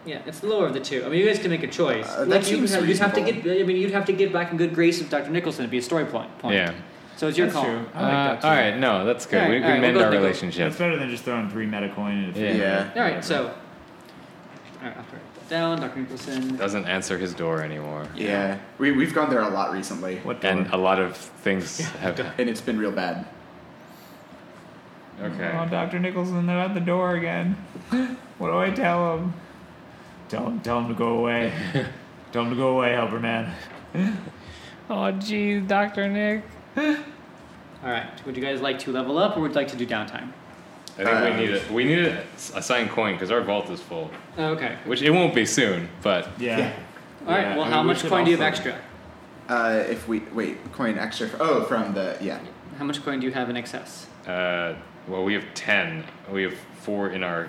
Speaker 1: Yeah, it's the lower of the two. I mean, you guys can make a choice.
Speaker 2: Uh, that
Speaker 1: like
Speaker 2: seems
Speaker 1: you, would have to
Speaker 2: reasonable.
Speaker 1: get. I mean, you'd have to get back in good grace with Doctor Nicholson. It'd be a story point. point.
Speaker 4: Yeah.
Speaker 1: So it's your
Speaker 5: That's
Speaker 1: call.
Speaker 5: true. I like
Speaker 4: Uh,
Speaker 5: that too.
Speaker 4: all right. No, that's good.
Speaker 1: All right,
Speaker 4: we
Speaker 1: all
Speaker 4: we
Speaker 1: right, we'll
Speaker 4: mend
Speaker 1: go
Speaker 4: our
Speaker 1: with Nicol-
Speaker 4: relationship.
Speaker 5: That's better than just throwing three meta coin in a
Speaker 4: Yeah.
Speaker 1: All
Speaker 2: Yeah.
Speaker 1: right. So. All right. I'll write that down. Doctor Nicholson.
Speaker 4: Doesn't answer his door anymore.
Speaker 2: Yeah. We we've gone there a lot recently,
Speaker 5: What
Speaker 4: And
Speaker 5: door?
Speaker 4: a lot of things have.
Speaker 2: and it's been real bad.
Speaker 5: Oh,
Speaker 4: Okay.
Speaker 5: Dr. Nicholson, they're at the door again. what do I tell him? Tell him, tell him to go away. tell him to go away, helper man.
Speaker 4: Oh, geez, Doctor Nick.
Speaker 1: All right. Would you guys like to level up, or would you like to do downtime?
Speaker 4: I think
Speaker 2: Um,
Speaker 4: we need a we need a, a signed coin because our vault is full,
Speaker 1: Okay.
Speaker 4: which it won't be soon. But
Speaker 5: Yeah.
Speaker 2: Yeah.
Speaker 1: All right.
Speaker 5: Yeah,
Speaker 1: well,
Speaker 5: I
Speaker 1: how
Speaker 5: mean, we
Speaker 1: much
Speaker 5: should
Speaker 1: coin do you have
Speaker 5: also-
Speaker 1: extra?
Speaker 2: Uh, if we wait, coin extra. For, oh, from the yeah.
Speaker 1: How much coin do you have in excess?
Speaker 4: uh, well, we have ten. We have four in our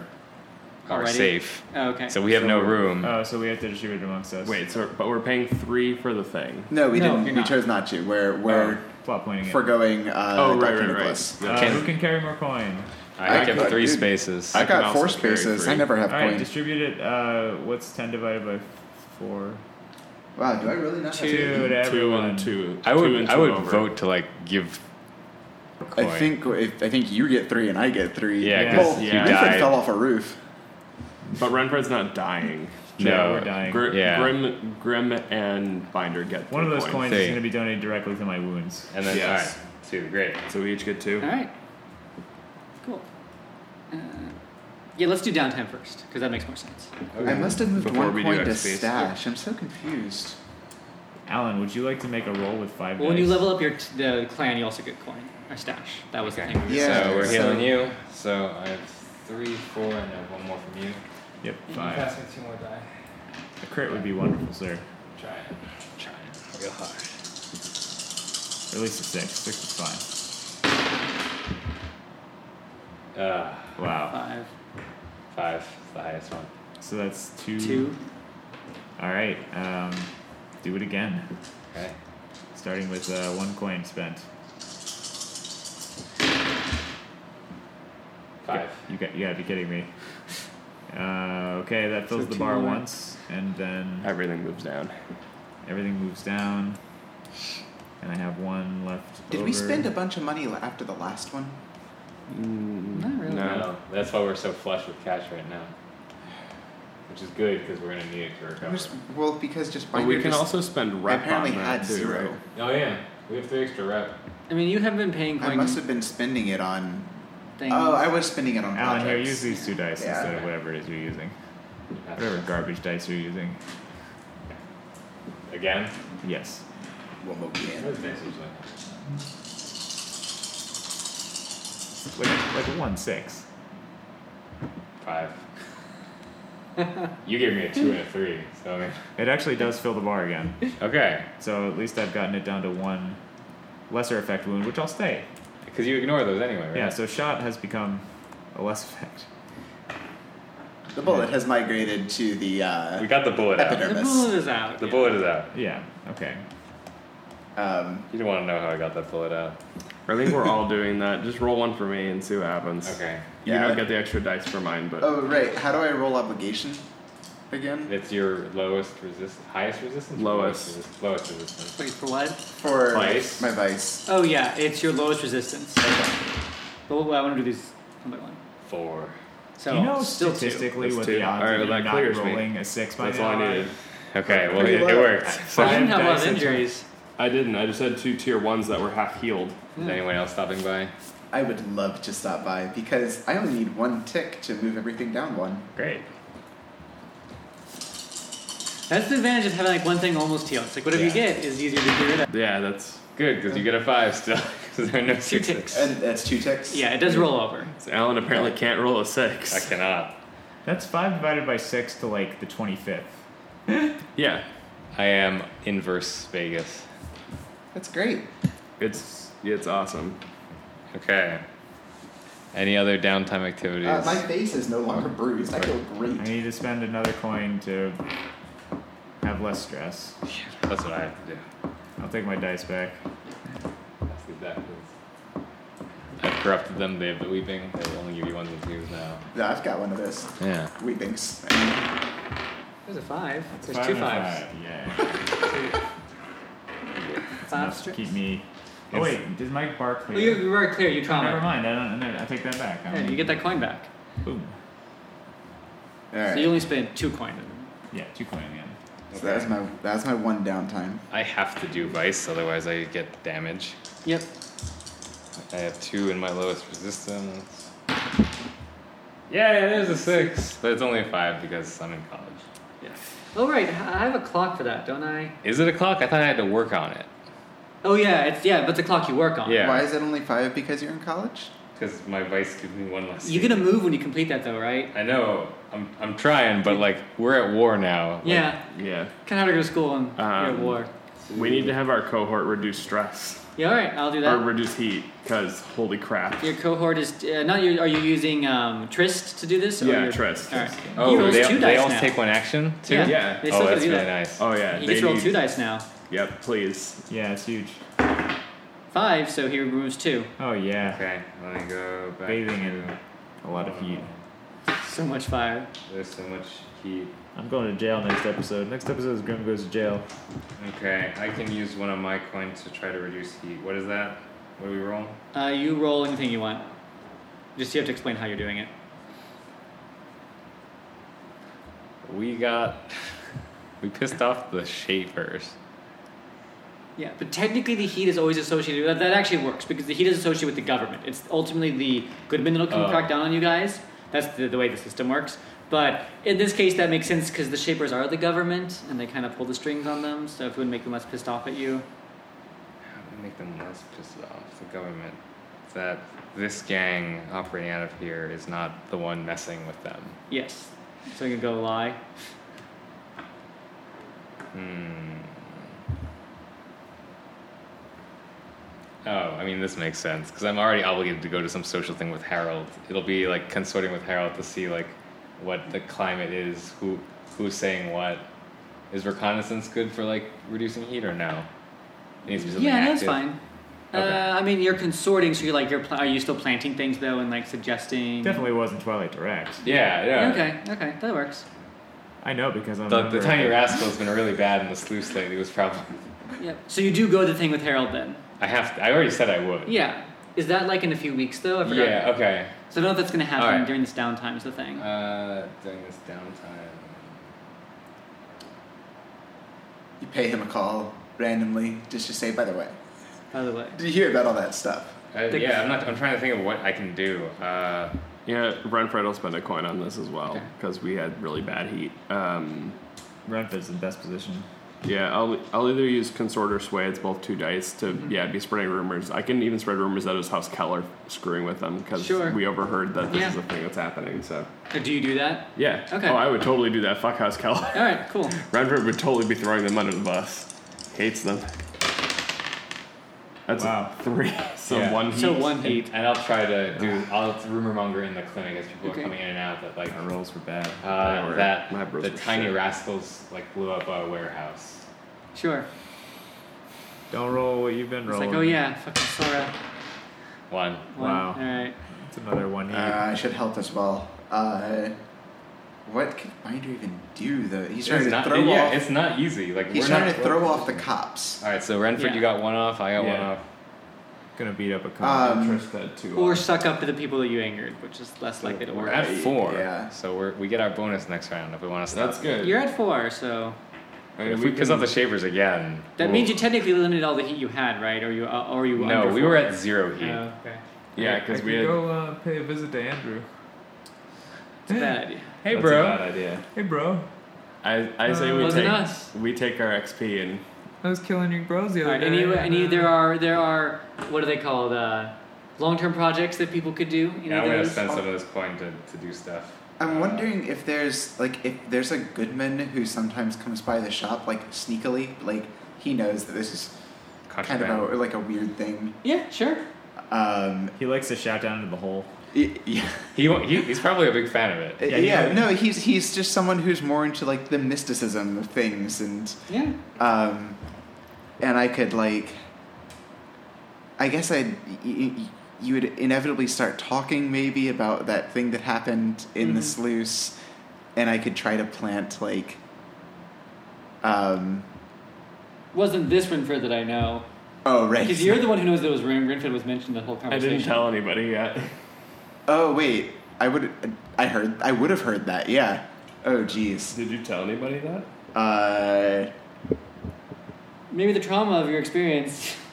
Speaker 4: our
Speaker 1: Already?
Speaker 4: safe,
Speaker 1: Oh, okay.
Speaker 4: so we have no room.
Speaker 5: Oh, so we have to distribute it amongst us.
Speaker 3: Wait, so but we're paying three for the thing.
Speaker 2: No, we
Speaker 1: No,
Speaker 2: didn't.
Speaker 1: you're
Speaker 2: We
Speaker 1: not.
Speaker 2: chose not to. We're
Speaker 5: Oh,
Speaker 2: we're
Speaker 5: plot pointing it.
Speaker 2: foregoing. Uh,
Speaker 3: oh,
Speaker 2: Dr.
Speaker 3: right, right, right.
Speaker 2: Nicholas.
Speaker 3: Yeah.
Speaker 5: Uh,
Speaker 4: Can-
Speaker 5: who can carry more coin?
Speaker 4: I,
Speaker 2: I
Speaker 4: kept
Speaker 2: could-
Speaker 4: three
Speaker 2: dude,
Speaker 4: spaces.
Speaker 2: I
Speaker 3: I can
Speaker 2: got
Speaker 3: also
Speaker 2: four
Speaker 3: carry
Speaker 2: spaces.
Speaker 3: three.
Speaker 2: I never have
Speaker 5: All right,
Speaker 2: coins.
Speaker 5: distribute it. Uh, what's 10 divided by 4?
Speaker 2: wow, do I really not?
Speaker 5: Two
Speaker 2: have
Speaker 5: to
Speaker 3: Two
Speaker 5: everyone.
Speaker 3: and two.
Speaker 4: I
Speaker 3: two
Speaker 4: would
Speaker 3: and
Speaker 4: I
Speaker 3: two
Speaker 4: would
Speaker 3: over.
Speaker 4: vote to like give. a
Speaker 2: I
Speaker 4: Coin.
Speaker 2: think if, I think you get three and I get three.
Speaker 4: Yeah,
Speaker 5: Yeah.
Speaker 2: well,
Speaker 4: because
Speaker 3: Yeah.
Speaker 4: you
Speaker 2: Renfred
Speaker 4: died.
Speaker 2: fell off a roof.
Speaker 3: But Renfred's not dying.
Speaker 5: Yeah, we're
Speaker 4: No.
Speaker 5: dying.
Speaker 3: Gr-
Speaker 4: Yeah.
Speaker 3: Grim, Grim, and Binder get
Speaker 5: One of
Speaker 3: three
Speaker 5: those coins
Speaker 4: Three.
Speaker 5: is going to be donated directly to my wounds.
Speaker 4: And then
Speaker 3: Yes.
Speaker 4: all right, two, great.
Speaker 3: So we each get two.
Speaker 1: All right. Cool. Uh, yeah, let's do downtime first, because that makes more sense.
Speaker 2: I must have moved
Speaker 3: Before
Speaker 2: one
Speaker 3: we do
Speaker 2: coin to
Speaker 3: XP.
Speaker 2: stash. I'm so confused.
Speaker 5: Alan, would you like to make a roll with five
Speaker 1: Well, when you
Speaker 5: dice?
Speaker 1: level up your t- the clan, you also get coin or stash. That was
Speaker 4: Okay.
Speaker 1: the thing.
Speaker 2: Yeah,
Speaker 4: so we're
Speaker 2: so-
Speaker 4: healing you. So I have three, four, and I have one more from you.
Speaker 5: Yep,
Speaker 4: Five.
Speaker 5: five.
Speaker 4: me two more die.
Speaker 5: A crit would be wonderful, sir.
Speaker 4: Try it. Try it. Real hard.
Speaker 5: Or at least a six. Six is fine.
Speaker 4: Uh,
Speaker 5: Wow.
Speaker 1: Five,
Speaker 4: five, is the highest one.
Speaker 5: So that's two.
Speaker 1: two.
Speaker 5: All right. Um, do it again.
Speaker 4: Okay.
Speaker 5: Starting with uh, one coin spent.
Speaker 4: Five.
Speaker 5: You got. You gotta be kidding me. Uh, okay, that fills
Speaker 1: So
Speaker 5: the
Speaker 1: two
Speaker 5: bar
Speaker 1: more.
Speaker 5: once, and then
Speaker 3: Everything moves down.
Speaker 5: everything moves down. And I have one left.
Speaker 2: Did
Speaker 5: over.
Speaker 2: we spend a bunch of money la- after the last one?
Speaker 1: Mm, Not really.
Speaker 3: No.
Speaker 4: No, that's why we're so flush with cash right now. Which is good because we're gonna need it to
Speaker 2: I
Speaker 4: recover.
Speaker 2: was- well, because just
Speaker 3: But
Speaker 2: Binder
Speaker 3: we can
Speaker 2: just-
Speaker 3: also spend
Speaker 2: I
Speaker 3: rep
Speaker 2: apparently
Speaker 3: on that
Speaker 2: had
Speaker 3: too,
Speaker 2: zero.
Speaker 3: right?
Speaker 4: Oh yeah, we have three extra rep.
Speaker 1: I mean, you have been paying
Speaker 2: I
Speaker 1: coin
Speaker 2: must have been spending it on.
Speaker 1: things.
Speaker 2: Oh, I was spending it on
Speaker 5: Alan, here,
Speaker 2: projects.
Speaker 5: use these two dice
Speaker 2: Yeah.
Speaker 5: instead of whatever it is you're using. Whatever garbage dice you're using.
Speaker 4: Again.
Speaker 5: Yes.
Speaker 2: Well, maybe, yeah.
Speaker 4: That's nice, usually.
Speaker 5: Like, like a one six.
Speaker 4: Five. You gave me a two and a three, so I mean,
Speaker 5: It actually does fill the bar again.
Speaker 4: okay,
Speaker 5: So at least I've gotten it down to one lesser effect wound, which I'll stay.
Speaker 4: because you ignore those anyway, right?
Speaker 5: Yeah, so shot has become a less effect.
Speaker 2: The bullet has migrated to the
Speaker 4: we
Speaker 2: uh,
Speaker 4: got the bullet out.
Speaker 1: The
Speaker 2: epidermis.
Speaker 1: bullet is out.
Speaker 4: The
Speaker 1: yeah.
Speaker 4: bullet is out.
Speaker 5: Yeah, okay.
Speaker 2: Um,
Speaker 4: You don't want to know how I got that bullet out.
Speaker 3: I think we're all doing that. Just roll one for me and see what happens.
Speaker 4: Okay,
Speaker 3: You
Speaker 2: Yeah.
Speaker 3: don't get the extra dice for mine, but
Speaker 2: oh, right. How do I roll obligation again?
Speaker 4: it's your lowest resist, highest resistance, or
Speaker 3: Lowest.
Speaker 4: resist- lowest resistance.
Speaker 1: Wait for what?
Speaker 2: For
Speaker 4: Vice.
Speaker 2: my vice.
Speaker 1: Oh yeah, it's your lowest resistance. But what- I want to do these one by one.
Speaker 4: Four.
Speaker 1: So
Speaker 2: Oh,
Speaker 5: you know
Speaker 1: still two.
Speaker 5: statistically
Speaker 3: That's
Speaker 5: what
Speaker 3: two.
Speaker 5: the odds
Speaker 3: All right,
Speaker 5: of
Speaker 3: well, that
Speaker 5: you not
Speaker 3: clears me.
Speaker 5: rolling a six by
Speaker 3: that's
Speaker 5: now
Speaker 3: all I
Speaker 5: are?
Speaker 3: needed.
Speaker 4: Okay, well,
Speaker 2: Pretty
Speaker 4: it, it
Speaker 2: low.
Speaker 4: worked.
Speaker 1: But you didn't have a lot
Speaker 5: Five
Speaker 1: of
Speaker 5: dice.
Speaker 1: injuries.
Speaker 3: I didn't. I just had two tier ones that were half healed.
Speaker 4: Is anyone else stopping by?
Speaker 2: I would love to stop by because I only need one tick to move everything down one.
Speaker 4: Great.
Speaker 1: That's the advantage of having like one thing almost healed. It's like whatever you
Speaker 4: Yeah.
Speaker 1: get is easier to get rid of.
Speaker 3: Yeah, that's
Speaker 4: Good, because you get a five still. 'cause there are no
Speaker 1: Two
Speaker 4: sixes.
Speaker 1: ticks.
Speaker 2: And that's two ticks.
Speaker 1: Yeah, it does roll over.
Speaker 3: so Alan apparently can't roll a six.
Speaker 4: I cannot.
Speaker 5: That's five divided by six to like the twenty fifth.
Speaker 3: Yeah,
Speaker 4: I am inverse Vegas.
Speaker 2: That's great.
Speaker 3: it's it's awesome.
Speaker 4: Okay. Any other downtime activities?
Speaker 2: Uh, my face is no longer bruised. I feel
Speaker 5: I
Speaker 2: great.
Speaker 5: need to spend another coin to have less stress.
Speaker 4: That's what I have to do.
Speaker 5: I'll take my dice back.
Speaker 4: That's exactly. I've corrupted them. They have the weeping. They will only give you ones and twos now.
Speaker 2: Yeah, I've got one of those.
Speaker 4: Yeah.
Speaker 2: Weepings.
Speaker 1: There's a five. There's
Speaker 5: Five
Speaker 1: two
Speaker 5: and a
Speaker 1: fives.
Speaker 5: five, Yeah.
Speaker 1: Five
Speaker 5: Enough to
Speaker 1: strips.
Speaker 5: keep me. Oh wait, did my bar
Speaker 1: Well,
Speaker 5: clear?
Speaker 1: Oh, you, you were clear. You
Speaker 5: Oh, never
Speaker 1: trauma.
Speaker 5: mind. I don't. I take that back. I
Speaker 1: Yeah,
Speaker 5: don't
Speaker 1: you get that coin back.
Speaker 5: Boom.
Speaker 2: All
Speaker 1: So you
Speaker 2: right.
Speaker 1: only spend two coin.
Speaker 5: Yeah, two coin again.
Speaker 2: So that's my that's my one downtime.
Speaker 4: I have to do vice, otherwise I get damage.
Speaker 1: Yep.
Speaker 4: I have two in my lowest resistance. Yeah, it is a six, but it's only a five because I'm in college.
Speaker 1: Yeah. Oh right, I have a clock for that, don't I?
Speaker 4: Is it a clock? I thought I had to work on it
Speaker 1: Oh yeah, it's yeah, but the clock you work on.
Speaker 4: Yeah.
Speaker 2: Why is it only five? Because you're in college.
Speaker 4: because my vice gives me one less.
Speaker 1: You're gonna move when you complete that though, right?
Speaker 4: I know. I'm, I'm trying, but like we're at war now. Like,
Speaker 1: yeah.
Speaker 3: Yeah,
Speaker 1: Kind of hard to go to school and you're
Speaker 5: Uh-huh.
Speaker 1: at
Speaker 3: Um,
Speaker 1: war.
Speaker 3: we need to have our cohort reduce stress
Speaker 1: Yeah, all right, I'll do
Speaker 3: or
Speaker 1: that.
Speaker 3: reduce heat because holy crap.
Speaker 1: Your cohort is uh, not. Your, are you using um, Trist to do this? or
Speaker 3: Yeah,
Speaker 1: your-
Speaker 3: Trist.
Speaker 1: All right.
Speaker 4: Oh,
Speaker 1: he rolls
Speaker 4: they,
Speaker 1: two
Speaker 4: they
Speaker 1: dice
Speaker 4: all
Speaker 1: now.
Speaker 4: take one action too.
Speaker 1: Yeah.
Speaker 3: Yeah.
Speaker 1: They
Speaker 4: Oh,
Speaker 1: still
Speaker 4: that's
Speaker 1: do
Speaker 4: really
Speaker 1: that.
Speaker 4: nice.
Speaker 3: Oh yeah,
Speaker 1: He
Speaker 3: they
Speaker 1: gets to roll
Speaker 3: need-
Speaker 1: two dice now.
Speaker 3: Yep, please.
Speaker 5: Yeah, it's huge.
Speaker 1: Five, so he removes two.
Speaker 5: Oh yeah.
Speaker 4: Okay, let me go back.
Speaker 5: Bathing
Speaker 4: to-
Speaker 5: in a lot of heat.
Speaker 1: So much fire.
Speaker 4: There's so much heat.
Speaker 5: I'm going to jail next episode. Next episode is Grim goes to jail.
Speaker 4: Okay, I can use one of my coins to try to reduce heat. What is that? What do we roll?
Speaker 1: Uh, you roll anything you want. Just you have to explain how you're doing it.
Speaker 4: We got. we pissed off the shavers.
Speaker 1: Yeah, but technically the heat is always associated. That, that actually works because the heat is associated with the government. It's ultimately the Goodman that'll come
Speaker 4: Oh.
Speaker 1: crack down on you guys. That's the, the way the system works. But in this case, that makes sense because the shapers are the government and they kind of pull the strings on them. So if it would make them less pissed off at you.
Speaker 4: How do we make them less pissed off? The government. That this gang operating out of here is not the one messing with them.
Speaker 1: Yes. So you can go lie.
Speaker 4: Hmm. Oh, I mean, this makes sense because I'm already obligated to go to some social thing with Harold. It'll be like consorting with Harold to see like what the climate is, who who's saying what. Is reconnaissance good for like reducing heat or no? It needs to be something
Speaker 1: Yeah, that's
Speaker 4: active.
Speaker 1: fine.
Speaker 4: Okay.
Speaker 1: Uh, I mean, you're consorting, so you're like, you're pl- are you still planting things though, and like suggesting?
Speaker 5: Definitely wasn't Twilight Direct.
Speaker 4: Yeah, yeah.
Speaker 1: Okay, okay, that works.
Speaker 5: I know because I'm.
Speaker 4: The, the tiny rascal's been really bad in the sluice lately. Was probably
Speaker 1: Yep. So you do go to the thing with Harold then.
Speaker 4: I have. To, I already said I would.
Speaker 1: Yeah. Is that like in a few weeks though? I forgot.
Speaker 4: Yeah. Okay.
Speaker 1: So I don't know if that's going to happen
Speaker 4: Alright.
Speaker 1: during this downtime is the thing.
Speaker 4: Uh, during this downtime.
Speaker 2: You pay him a call randomly just to say, by the way,
Speaker 1: by the way.
Speaker 2: did you hear about all that stuff?
Speaker 4: Uh,
Speaker 1: Think-
Speaker 4: yeah, I'm not. I'm trying to think of what I can do. Uh,
Speaker 3: Yeah, Renfred will spend a coin on this as well
Speaker 1: Okay.
Speaker 3: because we had really bad heat. Um,
Speaker 5: Renfred's in best position.
Speaker 3: Yeah, I'll, I'll either use consort or sway. It's both two dice to
Speaker 1: Mm-hmm.
Speaker 3: yeah be spreading rumors. I can even spread rumors that it was House Keller screwing with them because
Speaker 1: Sure.
Speaker 3: we overheard that this is
Speaker 1: Yeah.
Speaker 3: a thing that's happening. So
Speaker 1: Uh, Do you do that?
Speaker 3: yeah.
Speaker 1: Okay.
Speaker 3: Oh, I would totally do that. Fuck House Keller.
Speaker 1: All right, cool.
Speaker 3: Renford would totally be throwing them under the bus. Hates them. That's
Speaker 5: Wow.
Speaker 3: a three. So
Speaker 4: Yeah.
Speaker 3: one.
Speaker 1: So
Speaker 3: heat.
Speaker 1: one heat.
Speaker 4: And, and I'll try to do. I'll rumor monger in the clinic as people
Speaker 1: Okay.
Speaker 4: are coming in and out that like
Speaker 5: My rolls were bad.
Speaker 4: uh,
Speaker 3: were-
Speaker 4: that
Speaker 3: my bros
Speaker 4: the
Speaker 3: were
Speaker 4: tiny
Speaker 3: shit.
Speaker 4: rascals like blew up a warehouse.
Speaker 1: Sure.
Speaker 5: Don't roll what you've been
Speaker 1: It's
Speaker 5: rolling.
Speaker 1: like, oh yeah, fucking Sora.
Speaker 4: One.
Speaker 1: One.
Speaker 5: Wow.
Speaker 1: All right.
Speaker 5: It's another
Speaker 2: Uh,
Speaker 5: one. He,
Speaker 4: Mm-hmm.
Speaker 2: I should help as well. Uh, what can Binder even do though? He's trying
Speaker 4: It's
Speaker 2: to
Speaker 4: not,
Speaker 2: throw
Speaker 4: yeah,
Speaker 2: off.
Speaker 4: it's not easy. Like
Speaker 2: He's
Speaker 4: we're
Speaker 2: trying
Speaker 4: not,
Speaker 2: to throw off the cops.
Speaker 4: All right, so Renford,
Speaker 1: Yeah.
Speaker 4: you got one off. I got one
Speaker 5: Yeah.
Speaker 4: off.
Speaker 5: gonna beat up a cop.
Speaker 2: Um,
Speaker 3: that two.
Speaker 1: Or suck up to the people that you angered, which is less likely to
Speaker 4: We're
Speaker 1: work.
Speaker 4: at four.
Speaker 2: yeah.
Speaker 4: So we're, we get our bonus next round if we want to stop.
Speaker 3: That's good.
Speaker 1: You're at four, so
Speaker 3: I mean,
Speaker 4: If we
Speaker 3: can-
Speaker 4: piss off the shavers again,
Speaker 1: that means you technically limited all the heat you had, right? Or you, uh, or you. were
Speaker 4: No,
Speaker 1: under
Speaker 4: we were
Speaker 1: four.
Speaker 4: at zero heat.
Speaker 1: Oh, okay.
Speaker 3: yeah, because
Speaker 5: I
Speaker 3: we
Speaker 5: could
Speaker 3: had,
Speaker 5: go uh, pay a visit to Andrew.
Speaker 1: It's a bad idea.
Speaker 4: Hey,
Speaker 3: that's a
Speaker 4: bro.
Speaker 3: bad idea.
Speaker 5: Hey, bro.
Speaker 3: I, I say we
Speaker 1: Uh, Wasn't
Speaker 3: take
Speaker 1: us.
Speaker 3: we take our XP and
Speaker 5: I was killing your bros the
Speaker 1: All
Speaker 5: other
Speaker 1: right,
Speaker 5: day.
Speaker 1: and you,
Speaker 5: and,
Speaker 1: and you,
Speaker 5: uh,
Speaker 1: there are there are what are they called? Uh, long-term projects that people could do. You
Speaker 4: Yeah,
Speaker 1: know
Speaker 4: I'm gonna
Speaker 1: those?
Speaker 4: spend some of this coin to, to do stuff. Uh,
Speaker 2: I'm wondering if there's like if there's a Goodman who sometimes comes by the shop like sneakily, like he knows that this is kind of
Speaker 4: Contraband.
Speaker 2: a, like a weird thing.
Speaker 1: Yeah, sure.
Speaker 2: Um,
Speaker 5: He likes to shout down into the hole.
Speaker 2: y- yeah.
Speaker 4: He, wa- he he's probably a big fan of it.
Speaker 2: Uh, Yeah,
Speaker 5: you
Speaker 2: no, he's he's just someone who's more into like the mysticism of things, and
Speaker 1: Yeah.
Speaker 2: um, and I could like, I guess I you would inevitably start talking maybe about that thing that happened in the sluice, and I could try to plant like, um,
Speaker 1: Wasn't this Renfred that I know?
Speaker 2: oh right,
Speaker 1: Because you're the one who knows that it was Ren- Renfred was mentioned in the whole
Speaker 3: I
Speaker 1: conversation.
Speaker 3: didn't tell anybody yet.
Speaker 2: oh wait, I would I heard I would have heard that, yeah. Oh jeez,
Speaker 3: Did you tell anybody that?
Speaker 2: uh,
Speaker 1: Maybe the trauma of your experience.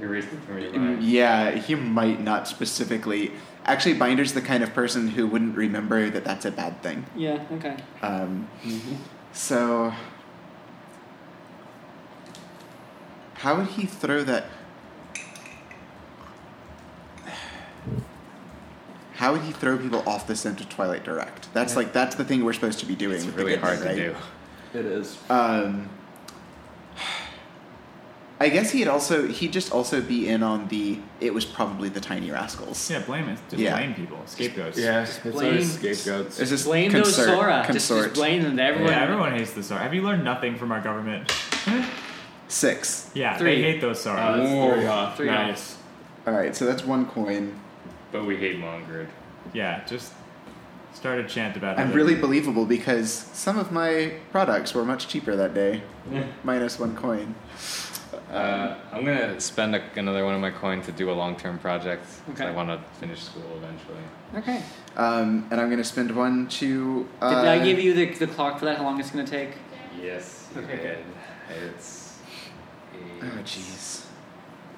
Speaker 4: You erased it Uh, from your
Speaker 2: Mm,
Speaker 4: mind.
Speaker 2: Yeah, he might not specifically. Actually, Binder's the kind of person who wouldn't remember that that's a bad thing.
Speaker 1: yeah. Okay.
Speaker 2: Um,
Speaker 4: Mm-hmm.
Speaker 2: So, how would he throw that? How would he throw people off the scent of Twilight Direct? That's like that's the thing we're supposed to be doing.
Speaker 4: It's
Speaker 2: with
Speaker 4: really
Speaker 2: the Goodman,
Speaker 4: hard to
Speaker 2: right?
Speaker 4: do.
Speaker 3: It is.
Speaker 2: Um, I guess he'd also he'd just also be in on the. It was probably the Tiny Rascals.
Speaker 5: Yeah, blame it. Just
Speaker 2: Yeah.
Speaker 5: blame people. Scapegoats.
Speaker 3: Yeah, it's always
Speaker 1: blame-
Speaker 3: scapegoats.
Speaker 2: It's just
Speaker 1: Blame
Speaker 2: consort,
Speaker 1: those Sora. Just-
Speaker 2: Consort.
Speaker 1: Just, blame them. to Everyone.
Speaker 5: Yeah, everyone hates the SAR. Have you learned nothing from our government?
Speaker 2: Six.
Speaker 5: Yeah,
Speaker 1: Three.
Speaker 5: they hate those SARs.
Speaker 3: Uh, that's
Speaker 4: Ooh.
Speaker 3: three off.
Speaker 1: Three off.
Speaker 3: nice.
Speaker 2: All right, so that's one coin.
Speaker 4: But we hate Mongered.
Speaker 5: yeah, just start a chant about how
Speaker 2: I'm
Speaker 5: they're-
Speaker 2: really believable because some of my products were much cheaper that day, minus one coin.
Speaker 4: Uh, I'm gonna spend a, another one of my coin to do a long-term project. 'cause I
Speaker 1: Okay.
Speaker 4: want to finish school eventually.
Speaker 1: Okay.
Speaker 2: Um, and I'm gonna spend one to. Uh,
Speaker 1: Did I give you the, the clock for that? How long it's gonna take?
Speaker 4: Yes.
Speaker 1: you Okay, good.
Speaker 4: It's.
Speaker 2: Oh jeez.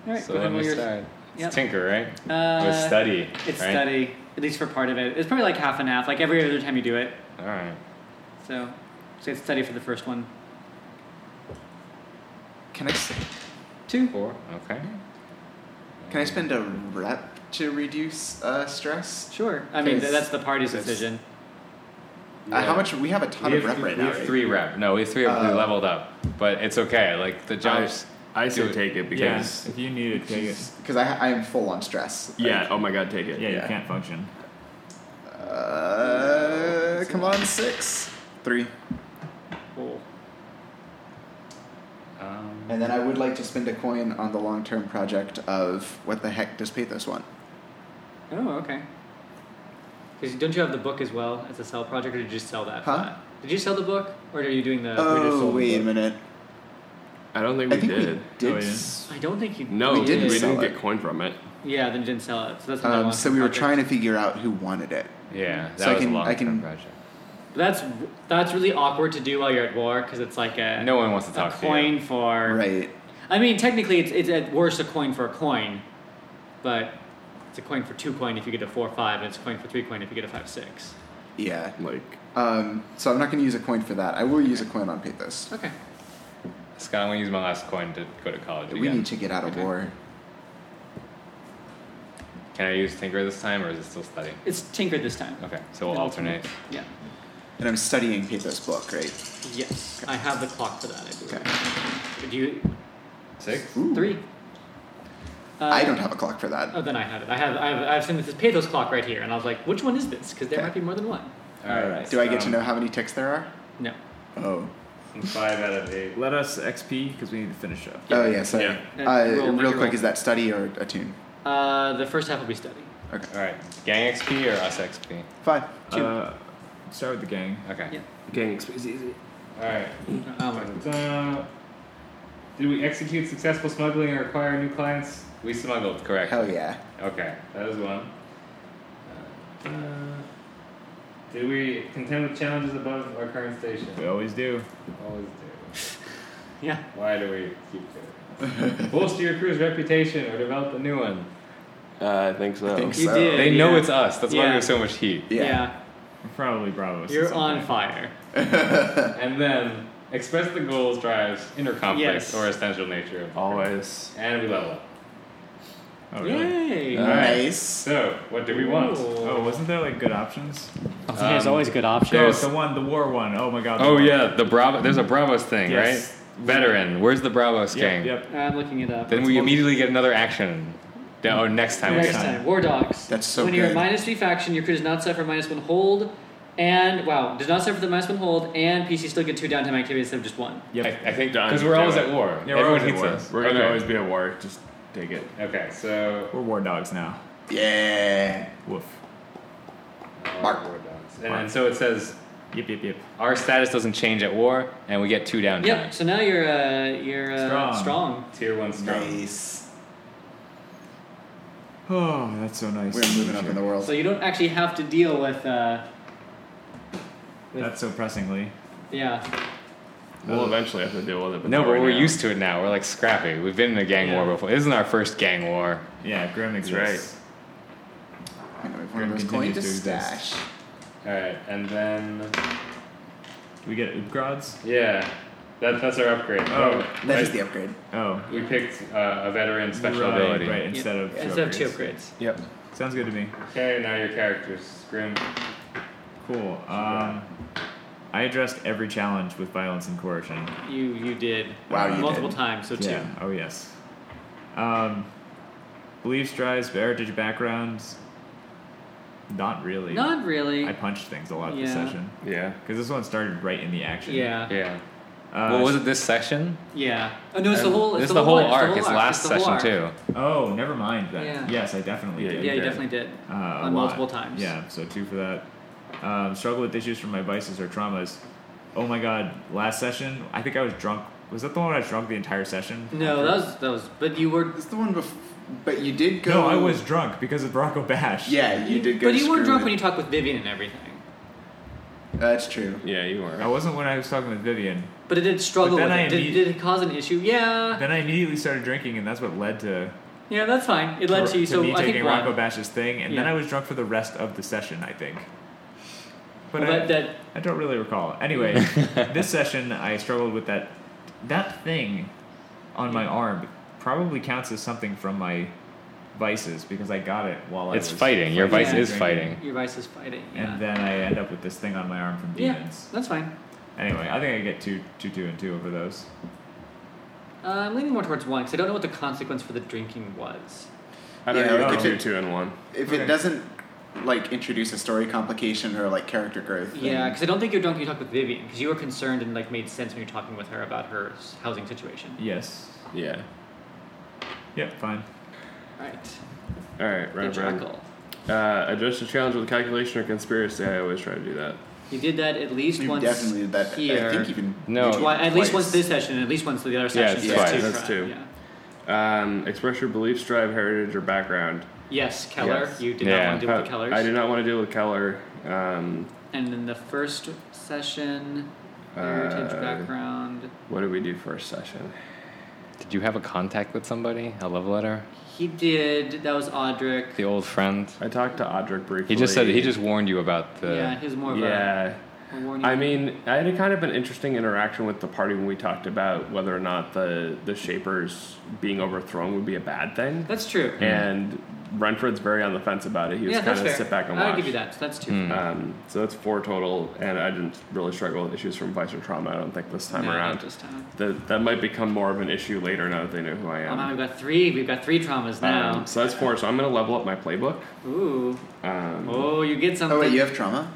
Speaker 1: All right.
Speaker 4: So
Speaker 1: go ahead and
Speaker 4: let me
Speaker 1: roll yours.
Speaker 4: start.
Speaker 1: Yep.
Speaker 4: It's Tinker, right?
Speaker 1: Uh,
Speaker 4: it was study.
Speaker 1: It's
Speaker 4: right?
Speaker 1: study, at least for part of it. It's probably like half and half, like every other time you do it.
Speaker 4: All right.
Speaker 1: So, so it's study for the first one.
Speaker 2: Can I s-
Speaker 1: Two.
Speaker 4: Four. Okay.
Speaker 2: can I spend a rep to reduce uh, stress?
Speaker 1: Sure. I mean,
Speaker 2: Okay,
Speaker 1: th- that's the party's
Speaker 2: it's-
Speaker 1: decision.
Speaker 2: Uh, how much? We have a ton
Speaker 4: We
Speaker 2: of
Speaker 4: have,
Speaker 2: rep right
Speaker 4: we
Speaker 2: now.
Speaker 4: have
Speaker 2: right?
Speaker 4: three rep. No, we have three. we
Speaker 2: Uh,
Speaker 4: leveled up, but it's okay. Like the jumps.
Speaker 3: I
Speaker 4: Do
Speaker 3: say
Speaker 4: it.
Speaker 3: take it
Speaker 5: Yeah,
Speaker 3: because
Speaker 5: if you need it, take it.
Speaker 2: Because I I am full on stress.
Speaker 3: yeah. Oh my god, take it.
Speaker 5: Yeah, you
Speaker 2: Yeah.
Speaker 5: can't function.
Speaker 2: Uh, come on, six, three, Oh.
Speaker 1: Cool.
Speaker 4: Um,
Speaker 2: and then I would like to spend a coin on the long term project of what the heck does Pathos want?
Speaker 1: Oh, okay. 'Cause don't you have the book as well as a sell project, or did you just sell that?
Speaker 2: Huh?
Speaker 1: flat? Did you sell the book, or are you doing the?
Speaker 3: Uh, we just
Speaker 2: Oh
Speaker 3: sold
Speaker 2: wait a
Speaker 3: them.
Speaker 2: minute.
Speaker 3: I don't think we
Speaker 2: I think
Speaker 3: did.
Speaker 2: we did.
Speaker 5: Oh, yeah.
Speaker 2: s-
Speaker 1: I don't think you.
Speaker 3: No,
Speaker 2: We
Speaker 3: we
Speaker 2: didn't
Speaker 3: didn't,
Speaker 2: sell it.
Speaker 3: get coin from it.
Speaker 1: Yeah, then you didn't sell it. So that's another
Speaker 2: Um,
Speaker 1: one.
Speaker 2: so we were trying to figure out who wanted it.
Speaker 4: yeah, that
Speaker 2: So I
Speaker 4: was
Speaker 2: can-
Speaker 4: a
Speaker 2: I
Speaker 4: long-term
Speaker 2: can-
Speaker 4: project.
Speaker 1: That's that's really awkward to do while you're at war because it's like a
Speaker 4: No one wants to
Speaker 1: a
Speaker 4: talk to you.
Speaker 1: coin for
Speaker 2: Right.
Speaker 1: I mean, technically, it's, it's at worst a coin for a coin, but it's a coin for two coin if you get a four five, and it's a coin for three coin if you get a five six.
Speaker 2: Yeah.
Speaker 3: Like
Speaker 2: Um, so I'm not going to use a coin for that. I will use a coin on Pathos.
Speaker 1: Okay.
Speaker 4: Scott, I'm going to use my last coin to go to college.
Speaker 2: We
Speaker 4: again.
Speaker 2: need to get out of war.
Speaker 4: Can I use Tinker this time, or is it still study?
Speaker 1: It's Tinker this time.
Speaker 4: Okay, so we'll alternate.
Speaker 1: Yeah.
Speaker 2: And I'm studying Peto's book, right?
Speaker 1: Yes. I have the clock for that, I believe.
Speaker 2: Okay.
Speaker 1: Do you
Speaker 4: Six?
Speaker 2: Ooh.
Speaker 1: three? Uh,
Speaker 2: I don't have a clock for that.
Speaker 1: Oh, then I had it. I have. I have. I've seen this is Pathos clock right here, and I was like, which one is this? Because there
Speaker 2: Okay.
Speaker 1: might be more than one.
Speaker 4: All right.
Speaker 2: Do I get
Speaker 3: Um,
Speaker 2: to know how many ticks there are?
Speaker 1: No.
Speaker 2: Oh.
Speaker 5: Five out of eight. Let us XP because we need to finish up.
Speaker 2: Oh yeah, sorry.
Speaker 7: Yeah.
Speaker 2: Uh,
Speaker 1: Roll, make
Speaker 2: real
Speaker 1: a
Speaker 2: quick,
Speaker 1: roll.
Speaker 2: is that study or a tune?
Speaker 1: Uh, the first half will be study.
Speaker 4: All right. Gang XP or us XP?
Speaker 2: Five. Two.
Speaker 5: Uh, start with the gang.
Speaker 4: Okay.
Speaker 1: Yeah.
Speaker 7: Gang exp-
Speaker 8: All right.
Speaker 1: Oh my.
Speaker 8: Uh, did we execute successful smuggling or acquire new clients?
Speaker 4: We smuggled, correct?
Speaker 2: Hell yeah.
Speaker 8: Okay, that is one. Uh, did we contend with challenges above our current station?
Speaker 5: We always do.
Speaker 8: Always do.
Speaker 1: Yeah.
Speaker 8: Why do we keep doing it? Bolster your crew's reputation or develop a new one.
Speaker 3: Uh, I think so.
Speaker 2: Think
Speaker 1: You
Speaker 2: so.
Speaker 1: did.
Speaker 4: They know
Speaker 1: yeah.
Speaker 4: it's us. That's why
Speaker 1: Yeah.
Speaker 4: we have so much heat.
Speaker 2: Yeah.
Speaker 1: Yeah.
Speaker 5: Probably Bravo. at
Speaker 1: You're
Speaker 5: some
Speaker 1: on
Speaker 5: point.
Speaker 1: fire.
Speaker 8: And then express the goals, drives, inner conflict,
Speaker 1: Yes.
Speaker 8: or essential nature of
Speaker 3: Always.
Speaker 8: And we level up.
Speaker 5: Oh, really?
Speaker 1: Yay.
Speaker 2: Uh, Nice.
Speaker 8: So, what do we want?
Speaker 5: Oh, wasn't there like good options?
Speaker 1: there's always good options.
Speaker 5: Oh,
Speaker 4: There's-
Speaker 5: the one, the war one. Oh my god. the
Speaker 4: Oh
Speaker 5: war.
Speaker 4: yeah, the Bravo. There's a Bravos thing,
Speaker 5: Yes.
Speaker 4: right? Veteran. Where's the Bravos gang?
Speaker 5: Yep. yep.
Speaker 1: I'm looking it up.
Speaker 4: Then we immediately get another action. No, next time.
Speaker 1: Next
Speaker 4: it's
Speaker 5: time.
Speaker 1: time, War Dogs.
Speaker 2: That's so
Speaker 1: When you're at
Speaker 2: good.
Speaker 1: minus three faction, your crew does not suffer minus one hold, and wow, does not suffer the minus one hold, and PC still get two downtime activities instead of just one.
Speaker 5: Yep.
Speaker 8: I, I think
Speaker 3: Done.
Speaker 8: because we're
Speaker 3: Do
Speaker 8: always
Speaker 3: it.
Speaker 8: at war.
Speaker 5: Yeah, we're
Speaker 8: Everyone
Speaker 5: always at
Speaker 8: hits
Speaker 5: war.
Speaker 8: us.
Speaker 3: We're gonna
Speaker 8: okay.
Speaker 3: always be at war. Just take it.
Speaker 8: Okay, so
Speaker 5: We're war dogs now.
Speaker 2: Yeah.
Speaker 5: Woof.
Speaker 8: uh,
Speaker 2: Mark.
Speaker 8: war dogs. and then so it says
Speaker 5: Yep, yep, yep.
Speaker 4: Our status doesn't change at war, and we get two down
Speaker 1: Yep. So now you're uh, you're uh,
Speaker 5: Strong.
Speaker 1: strong.
Speaker 8: tier one strong.
Speaker 2: Nice.
Speaker 5: Oh, that's so nice.
Speaker 2: We're moving up in the world.
Speaker 1: So you don't actually have to deal with uh,
Speaker 5: That's so pressingly.
Speaker 1: yeah.
Speaker 3: We'll eventually have to deal with it.
Speaker 4: No,
Speaker 3: not
Speaker 4: but
Speaker 3: right
Speaker 4: we're
Speaker 3: now.
Speaker 4: used to it now. We're like scrappy. We've been in a gang
Speaker 5: Yeah.
Speaker 4: war before. This isn't our first gang war.
Speaker 5: Yeah, Grim exists.
Speaker 3: right.
Speaker 2: I know, if one of
Speaker 5: Grim
Speaker 2: those coin
Speaker 5: continues
Speaker 2: to
Speaker 5: to exist.
Speaker 2: stash.
Speaker 8: All right, and then
Speaker 5: We get Ubgrods?
Speaker 8: yeah, that, that's our upgrade.
Speaker 5: Oh,
Speaker 2: That
Speaker 8: right.
Speaker 2: is the upgrade.
Speaker 5: Oh.
Speaker 8: we picked uh, a veteran special
Speaker 5: right,
Speaker 8: ability.
Speaker 5: Right, instead of
Speaker 1: Yeah, instead of two
Speaker 5: upgrades.
Speaker 1: upgrades.
Speaker 5: Yep. Sounds good to me.
Speaker 8: Okay, now your character's grim.
Speaker 5: Cool. Um, I addressed every challenge with violence and coercion.
Speaker 1: You you did
Speaker 2: Wow, you
Speaker 1: multiple
Speaker 2: did.
Speaker 1: times. So two.
Speaker 5: Yeah. Oh yes. Um, beliefs, drives, heritage, backgrounds. Not really.
Speaker 1: Not really.
Speaker 5: I punched things a lot this
Speaker 1: Yeah.
Speaker 5: session
Speaker 3: Yeah.
Speaker 5: because this one started right in the action.
Speaker 1: yeah. yeah.
Speaker 4: Yeah.
Speaker 5: Uh,
Speaker 4: what was it this section?
Speaker 1: Oh no, it's the whole. It's
Speaker 4: this
Speaker 1: the,
Speaker 4: is the whole
Speaker 1: one, it's the
Speaker 4: arc.
Speaker 1: whole
Speaker 4: It's
Speaker 1: arc,
Speaker 4: last
Speaker 1: it's the whole
Speaker 4: session
Speaker 1: arc.
Speaker 4: too.
Speaker 5: Oh, never mind then.
Speaker 1: Yeah.
Speaker 5: Yes, I definitely
Speaker 3: Yeah,
Speaker 5: did.
Speaker 1: Yeah, you
Speaker 3: Okay.
Speaker 1: definitely did.
Speaker 5: Uh, a
Speaker 1: On
Speaker 5: lot.
Speaker 1: multiple times.
Speaker 5: Yeah, so two for that. Um, struggle with issues from my vices or traumas. Oh my god, last session, I think I was drunk. Was that the one where I was drunk the entire session?
Speaker 1: No, that was that was. But you were
Speaker 2: It's the one before, but you did go.
Speaker 5: No, I was drunk because of Bronco Bash.
Speaker 2: Yeah, you did go.
Speaker 1: But you
Speaker 2: screw
Speaker 1: weren't drunk
Speaker 2: with-
Speaker 1: when you talked with Vivian and everything.
Speaker 2: That's true.
Speaker 3: Yeah, you
Speaker 5: I
Speaker 3: are.
Speaker 5: wasn't when I was talking with Vivian.
Speaker 1: But it did struggle
Speaker 5: But
Speaker 1: with
Speaker 5: then
Speaker 1: it.
Speaker 5: I
Speaker 1: Did,
Speaker 5: imme-
Speaker 1: did it cause an issue? Yeah.
Speaker 5: Then I immediately started drinking, and that's what led to,
Speaker 1: Yeah, that's fine. It led
Speaker 5: to,
Speaker 1: to you.
Speaker 5: to
Speaker 1: So
Speaker 5: me
Speaker 1: I
Speaker 5: taking
Speaker 1: think
Speaker 5: Bronco
Speaker 1: one.
Speaker 5: Bash's thing, and then
Speaker 1: Yeah.
Speaker 5: I was drunk for the rest of the session, I think. But
Speaker 1: Well,
Speaker 5: I,
Speaker 1: that, that
Speaker 5: I don't really recall. Anyway, this session I struggled with that that thing on my arm probably counts as something from my vices because I got it while
Speaker 4: It's
Speaker 5: I was
Speaker 4: fighting. Your
Speaker 1: fighting
Speaker 4: vice
Speaker 1: and
Speaker 4: is
Speaker 5: drinking.
Speaker 4: fighting.
Speaker 1: your vice is fighting. Yeah.
Speaker 5: And then I end up with this thing on my arm from
Speaker 1: yeah,
Speaker 5: demons.
Speaker 1: that's fine.
Speaker 5: Anyway, I think I get two, two, two, and two over those.
Speaker 1: Uh, I'm leaning more towards one because I don't know what the consequence for the drinking was.
Speaker 3: I don't
Speaker 2: Yeah,
Speaker 3: know.
Speaker 2: we
Speaker 3: You
Speaker 2: could
Speaker 3: could do
Speaker 2: fit-
Speaker 3: two and one.
Speaker 2: If
Speaker 5: Okay.
Speaker 2: it doesn't like introduce a story complication or like character growth. then-
Speaker 1: Yeah, because I don't think you're drunk. when You talked with Vivian because you were concerned and like made sense when you're talking with her about her s- housing situation.
Speaker 5: Yes.
Speaker 3: Yeah.
Speaker 5: Yep, fine.
Speaker 1: Right.
Speaker 3: All right,
Speaker 1: Good
Speaker 3: round round.
Speaker 1: chuckle.
Speaker 3: Uh, address a challenge with calculation or conspiracy. I always try to do that.
Speaker 1: You did that at least
Speaker 2: You
Speaker 1: once.
Speaker 2: definitely did that.
Speaker 1: Here.
Speaker 2: I think even
Speaker 4: No.
Speaker 1: Twi- at least
Speaker 2: Twice.
Speaker 1: once this session, and at least once the other session.
Speaker 4: it's
Speaker 1: so
Speaker 4: twice.
Speaker 1: two
Speaker 3: That's
Speaker 1: try-
Speaker 3: two.
Speaker 1: Yeah.
Speaker 3: Um, express your beliefs, drive, heritage, or background.
Speaker 1: Yes, Keller.
Speaker 3: Yes.
Speaker 1: You did not
Speaker 4: Yeah.
Speaker 1: want to deal with
Speaker 3: Uh,
Speaker 1: the Kellers.
Speaker 3: I do not want to deal with Keller. Um,
Speaker 1: And then the first session, heritage
Speaker 3: Uh,
Speaker 1: background,
Speaker 3: what did we do first session?
Speaker 4: Did you have a contact with somebody? A love letter?
Speaker 1: he did. That was Audric.
Speaker 4: The old friend?
Speaker 3: I talked to Audric briefly.
Speaker 4: He just said he just warned you about the.
Speaker 1: yeah, he was more of
Speaker 3: Yeah,
Speaker 1: We're warning
Speaker 3: I
Speaker 1: you.
Speaker 3: mean, I had a kind of an interesting interaction with the party when we talked about whether or not the the Shapers being overthrown would be a bad thing.
Speaker 1: that's true.
Speaker 3: And Renfred's very on the fence about it. He was
Speaker 1: yeah,
Speaker 3: kind
Speaker 1: that's
Speaker 3: of
Speaker 1: fair.
Speaker 3: sit back and watch.
Speaker 1: I'll give you that. That's two.
Speaker 3: Um, so that's four total, and I didn't really struggle with issues from vice or trauma. I don't think this time
Speaker 1: No, not
Speaker 3: around.
Speaker 1: this time.
Speaker 3: That that might become more of an issue later now that they know who I
Speaker 1: Oh, now
Speaker 3: am.
Speaker 1: we've got three. We've got three traumas now.
Speaker 3: Um, so that's four. So I'm gonna level up my playbook.
Speaker 1: Ooh.
Speaker 3: Um,
Speaker 1: Oh, you get something.
Speaker 2: Oh wait, you have trauma.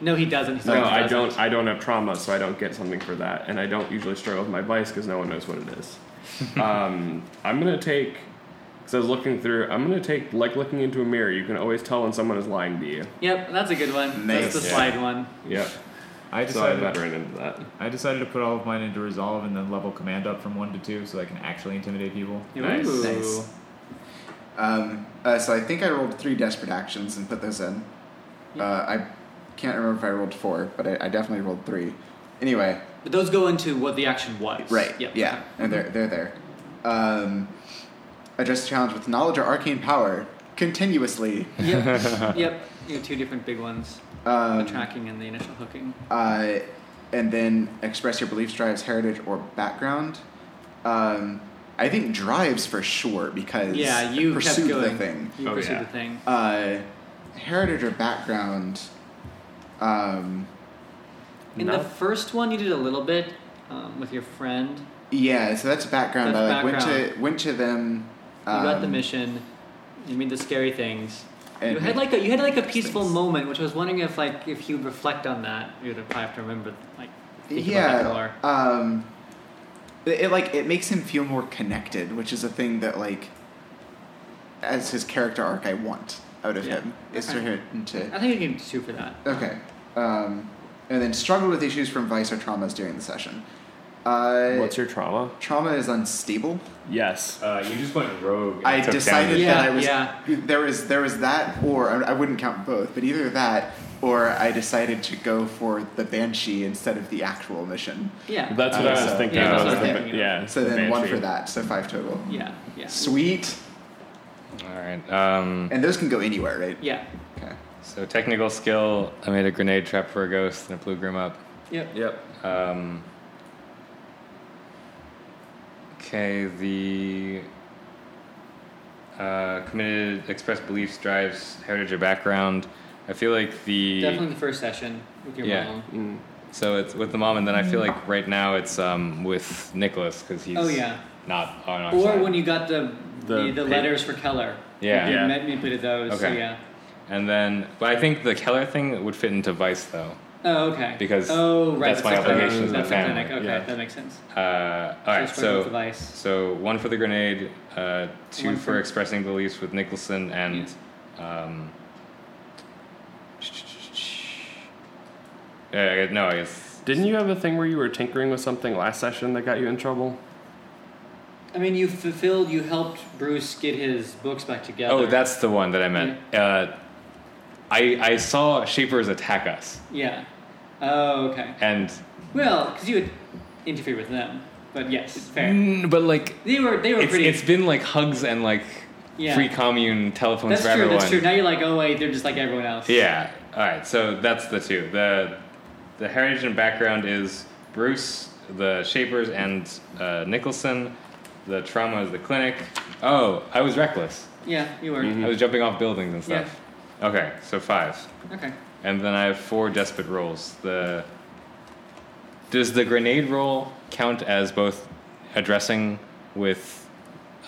Speaker 1: No, he doesn't. He's
Speaker 3: no,
Speaker 1: like, he
Speaker 3: I
Speaker 1: doesn't.
Speaker 3: don't. I don't have trauma, so I don't get something for that, and I don't usually struggle with my vice because no one knows what it is. um, I'm gonna take. Because I was looking through, I'm gonna take like looking into a mirror. You can always tell when someone is lying to you.
Speaker 1: Yep, that's a good one.
Speaker 2: Nice.
Speaker 1: That's the
Speaker 3: Yeah.
Speaker 1: slide one.
Speaker 3: Yep.
Speaker 5: I
Speaker 3: So I
Speaker 5: decided
Speaker 3: veteran into that.
Speaker 5: I decided to put all of mine into resolve and then level command up from one to two so I can actually intimidate people.
Speaker 3: Nice.
Speaker 1: Ooh.
Speaker 2: Nice. Um, uh, so I think I rolled three desperate actions and put those in. Uh, I can't remember if I rolled four, but I, I definitely rolled three. Anyway,
Speaker 1: But those go into what the action was.
Speaker 2: right?
Speaker 1: Yep.
Speaker 2: Yeah, and they're they're there. Um, address the challenge with knowledge or arcane power continuously.
Speaker 1: Yep. yep. You have two different big ones: the
Speaker 2: Um,
Speaker 1: tracking and the initial hooking.
Speaker 2: uh, and then express your beliefs, drives, heritage, or background. Um, I think drives for sure because
Speaker 1: Yeah, you kept
Speaker 2: pursued
Speaker 1: going.
Speaker 2: the thing.
Speaker 1: You
Speaker 3: Oh,
Speaker 1: pursued
Speaker 3: yeah.
Speaker 1: the thing.
Speaker 2: Uh, heritage or background. Um,
Speaker 1: In
Speaker 3: No.
Speaker 1: the first one, you did a little bit um, with your friend. You
Speaker 2: yeah, so that's background.
Speaker 1: That's
Speaker 2: I like went to
Speaker 1: background.
Speaker 2: went to them. Um,
Speaker 1: got the mission. You made the scary things.
Speaker 2: and
Speaker 1: you had like a you had like a peaceful
Speaker 2: things.
Speaker 1: moment, which I was wondering if like if you reflect on that, you'd probably have to remember like think about that
Speaker 2: yeah.
Speaker 1: more.
Speaker 2: Um, it, it like it makes him feel more connected, which is a thing that like as his character arc I want out of
Speaker 1: Yeah.
Speaker 2: him is
Speaker 1: Okay.
Speaker 2: for him to
Speaker 1: I think you can sue for that.
Speaker 2: Okay. Um, and then struggle with issues from vice or traumas during the session. Uh,
Speaker 3: What's your trauma?
Speaker 2: trauma is unstable.
Speaker 3: Yes.
Speaker 8: Uh, you just went rogue.
Speaker 2: I
Speaker 3: took
Speaker 2: decided
Speaker 1: damage.
Speaker 2: that
Speaker 1: Yeah,
Speaker 2: I was
Speaker 1: yeah.
Speaker 2: there was there was that or I, I wouldn't count both, but either that or I decided to go for the banshee instead of the actual mission.
Speaker 1: Yeah.
Speaker 3: Uh, That's what I was
Speaker 2: so-
Speaker 3: thinking.
Speaker 1: yeah, that's
Speaker 3: of.
Speaker 1: what I was thinking of.
Speaker 3: yeah.
Speaker 2: So then one
Speaker 3: Banshee.
Speaker 2: for that, so five total.
Speaker 1: yeah. Yeah.
Speaker 2: Sweet.
Speaker 4: All right. Um,
Speaker 2: And those can go anywhere, right?
Speaker 1: Yeah.
Speaker 2: Okay.
Speaker 4: so technical skill. I made a grenade trap for a ghost and it blew Grim up.
Speaker 1: Yep.
Speaker 3: Yep.
Speaker 4: Um, okay, the uh, committed expressed beliefs, drives, heritage, or background. I feel like the
Speaker 1: Definitely the first session with your
Speaker 4: Yeah.
Speaker 1: mom.
Speaker 3: Mm.
Speaker 4: so it's with the mom, and then I feel like right now it's um, with Nicholas because he's
Speaker 1: Oh, yeah.
Speaker 4: not on our
Speaker 1: Or
Speaker 4: side.
Speaker 1: when you got the
Speaker 3: The
Speaker 1: the, the,
Speaker 3: pa-
Speaker 1: letters for Keller.
Speaker 4: Yeah.
Speaker 1: You
Speaker 3: Yeah.
Speaker 1: manipulated those. So
Speaker 4: Okay.
Speaker 1: yeah.
Speaker 4: and then but I think the Keller thing would fit into Vice though.
Speaker 1: Oh okay.
Speaker 4: Because
Speaker 1: oh right.
Speaker 4: that's my
Speaker 1: a clinic.
Speaker 4: obligation to the
Speaker 1: That's a
Speaker 4: family.
Speaker 1: clinic. Okay,
Speaker 3: Yeah.
Speaker 1: that makes sense.
Speaker 4: Uh, all right,
Speaker 1: struggle with the
Speaker 4: so
Speaker 1: vice.
Speaker 4: so one for the grenade, uh, two
Speaker 1: One
Speaker 4: for
Speaker 1: for-
Speaker 4: expressing beliefs with Nicholson, and um, yeah, I guess, no, I guess
Speaker 3: Didn't you have a thing where you were tinkering with something last session that got you in trouble?
Speaker 1: I mean, you fulfilled. You helped Bruce get his books back together.
Speaker 4: oh, that's the one that I meant. Uh, I I saw Shapers attack us,
Speaker 1: yeah. Oh okay.
Speaker 4: and
Speaker 1: Well, because you would interfere with them, but yes, fair.
Speaker 4: Mm, but like
Speaker 1: They were they were
Speaker 4: it's
Speaker 1: pretty.
Speaker 4: it's been like hugs and like
Speaker 1: Yeah.
Speaker 4: free commune telephones
Speaker 1: that's
Speaker 4: for
Speaker 1: true.
Speaker 4: everyone.
Speaker 1: That's true. Now you're like, oh wait, they're just like everyone else.
Speaker 4: Yeah. All right. So that's the two. The the heritage and background is Bruce, the Shapers, and uh, Nicholson. The trauma is the clinic. Oh, I was reckless.
Speaker 1: Yeah, you were.
Speaker 4: I was jumping off buildings and stuff. Okay, so five,
Speaker 1: Okay.
Speaker 4: and then I have four desperate rolls. The does the grenade roll count as both addressing with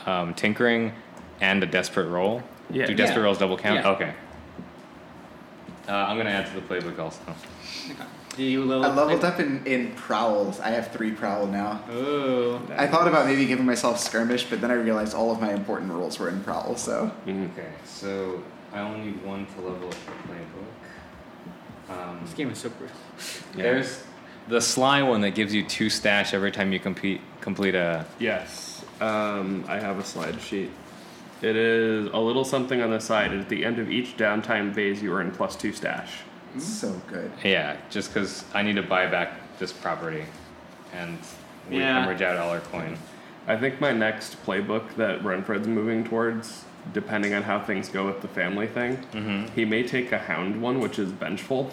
Speaker 4: um, tinkering and a desperate roll?
Speaker 3: Yeah.
Speaker 4: Do desperate
Speaker 1: Yeah.
Speaker 4: rolls double count?
Speaker 1: Yeah.
Speaker 4: Okay. Uh, I'm gonna add to the playbook also.
Speaker 1: Okay. Do you level?
Speaker 2: I leveled up in, in prowls. I have three prowl now.
Speaker 1: Oh.
Speaker 2: I thought about maybe giving myself skirmish, but then I realized all of my important roles were in prowl, so
Speaker 4: Okay, so I only need one to level up the playbook. Um,
Speaker 1: This game is so brutal.
Speaker 4: There's the sly one that gives you two stash every time you compete complete a.
Speaker 3: Yes. Um, I have a slide sheet. It is a little something on the side. At the end of each downtime phase, you earn plus two stash.
Speaker 2: so good.
Speaker 4: Yeah, just because I need to buy back this property, and we
Speaker 1: Yeah.
Speaker 4: hemorrhage out all our coin.
Speaker 3: I think my next playbook that Renfred's moving towards, Mm-hmm. depending on how things go with the family thing, he may take a hound one, which is vengeful.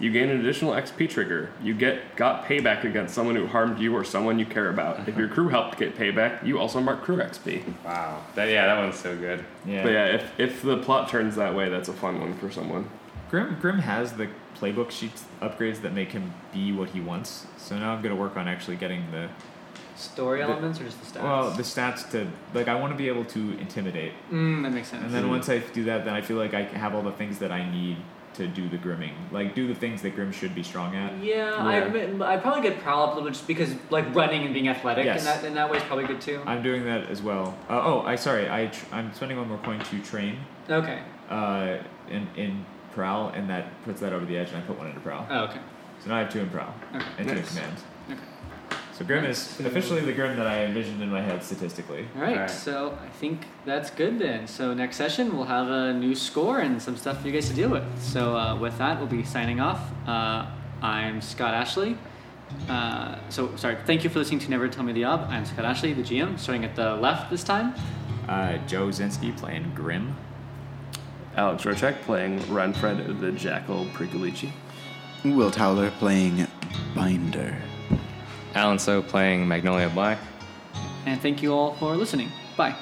Speaker 3: You gain an additional XP trigger. You get got payback against someone who harmed you or someone you care about. If your crew helped get payback, you also mark crew XP.
Speaker 9: Wow. That, yeah, that one's so good.
Speaker 5: Yeah.
Speaker 3: But yeah, if, if the plot turns that way, that's a fun one for someone.
Speaker 5: Grim Grim has the playbook sheets upgrades that make him be what he wants. So now I'm gonna work on actually getting the
Speaker 1: Story elements or just the stats?
Speaker 5: well the stats to like I want to be able to intimidate,
Speaker 1: mm, that makes sense.
Speaker 5: and then once I do that, then I feel like I have all the things that I need to do the grimming, like do the things that Grim should be strong at.
Speaker 1: yeah, I admit- I probably get prowl up a little bit just because like running and being athletic
Speaker 5: Yes.
Speaker 1: in that in that way is probably good too.
Speaker 5: I'm doing that as well. Uh, oh, I sorry, I tr- I'm spending one more coin to train
Speaker 1: okay.
Speaker 5: uh, in in prowl, and that puts that over the edge, and I put one into prowl.
Speaker 1: Oh, okay.
Speaker 5: So now I have two in prowl
Speaker 1: Okay.
Speaker 5: and two in
Speaker 3: Nice.
Speaker 5: command.
Speaker 1: Okay.
Speaker 5: So Grim is officially the Grim that I envisioned in my head statistically.
Speaker 1: All right,
Speaker 9: Alright.
Speaker 1: so I think that's good then. So next session we'll have a new score and some stuff for you guys to deal with. So uh, with that, we'll be signing off. Uh, I'm Scott Ashley. Uh, so sorry, thank you for listening to Never Tell Me the Ob. I'm Scott Ashley, the GM, starting at the left this time.
Speaker 5: Uh, Joe Zinsky playing Grim.
Speaker 3: Alex Rochek playing Renfred the Jackal Prigulici.
Speaker 2: Will Towler playing Binder.
Speaker 4: Alan So playing Magnolia Black.
Speaker 1: And thank you all for listening. Bye.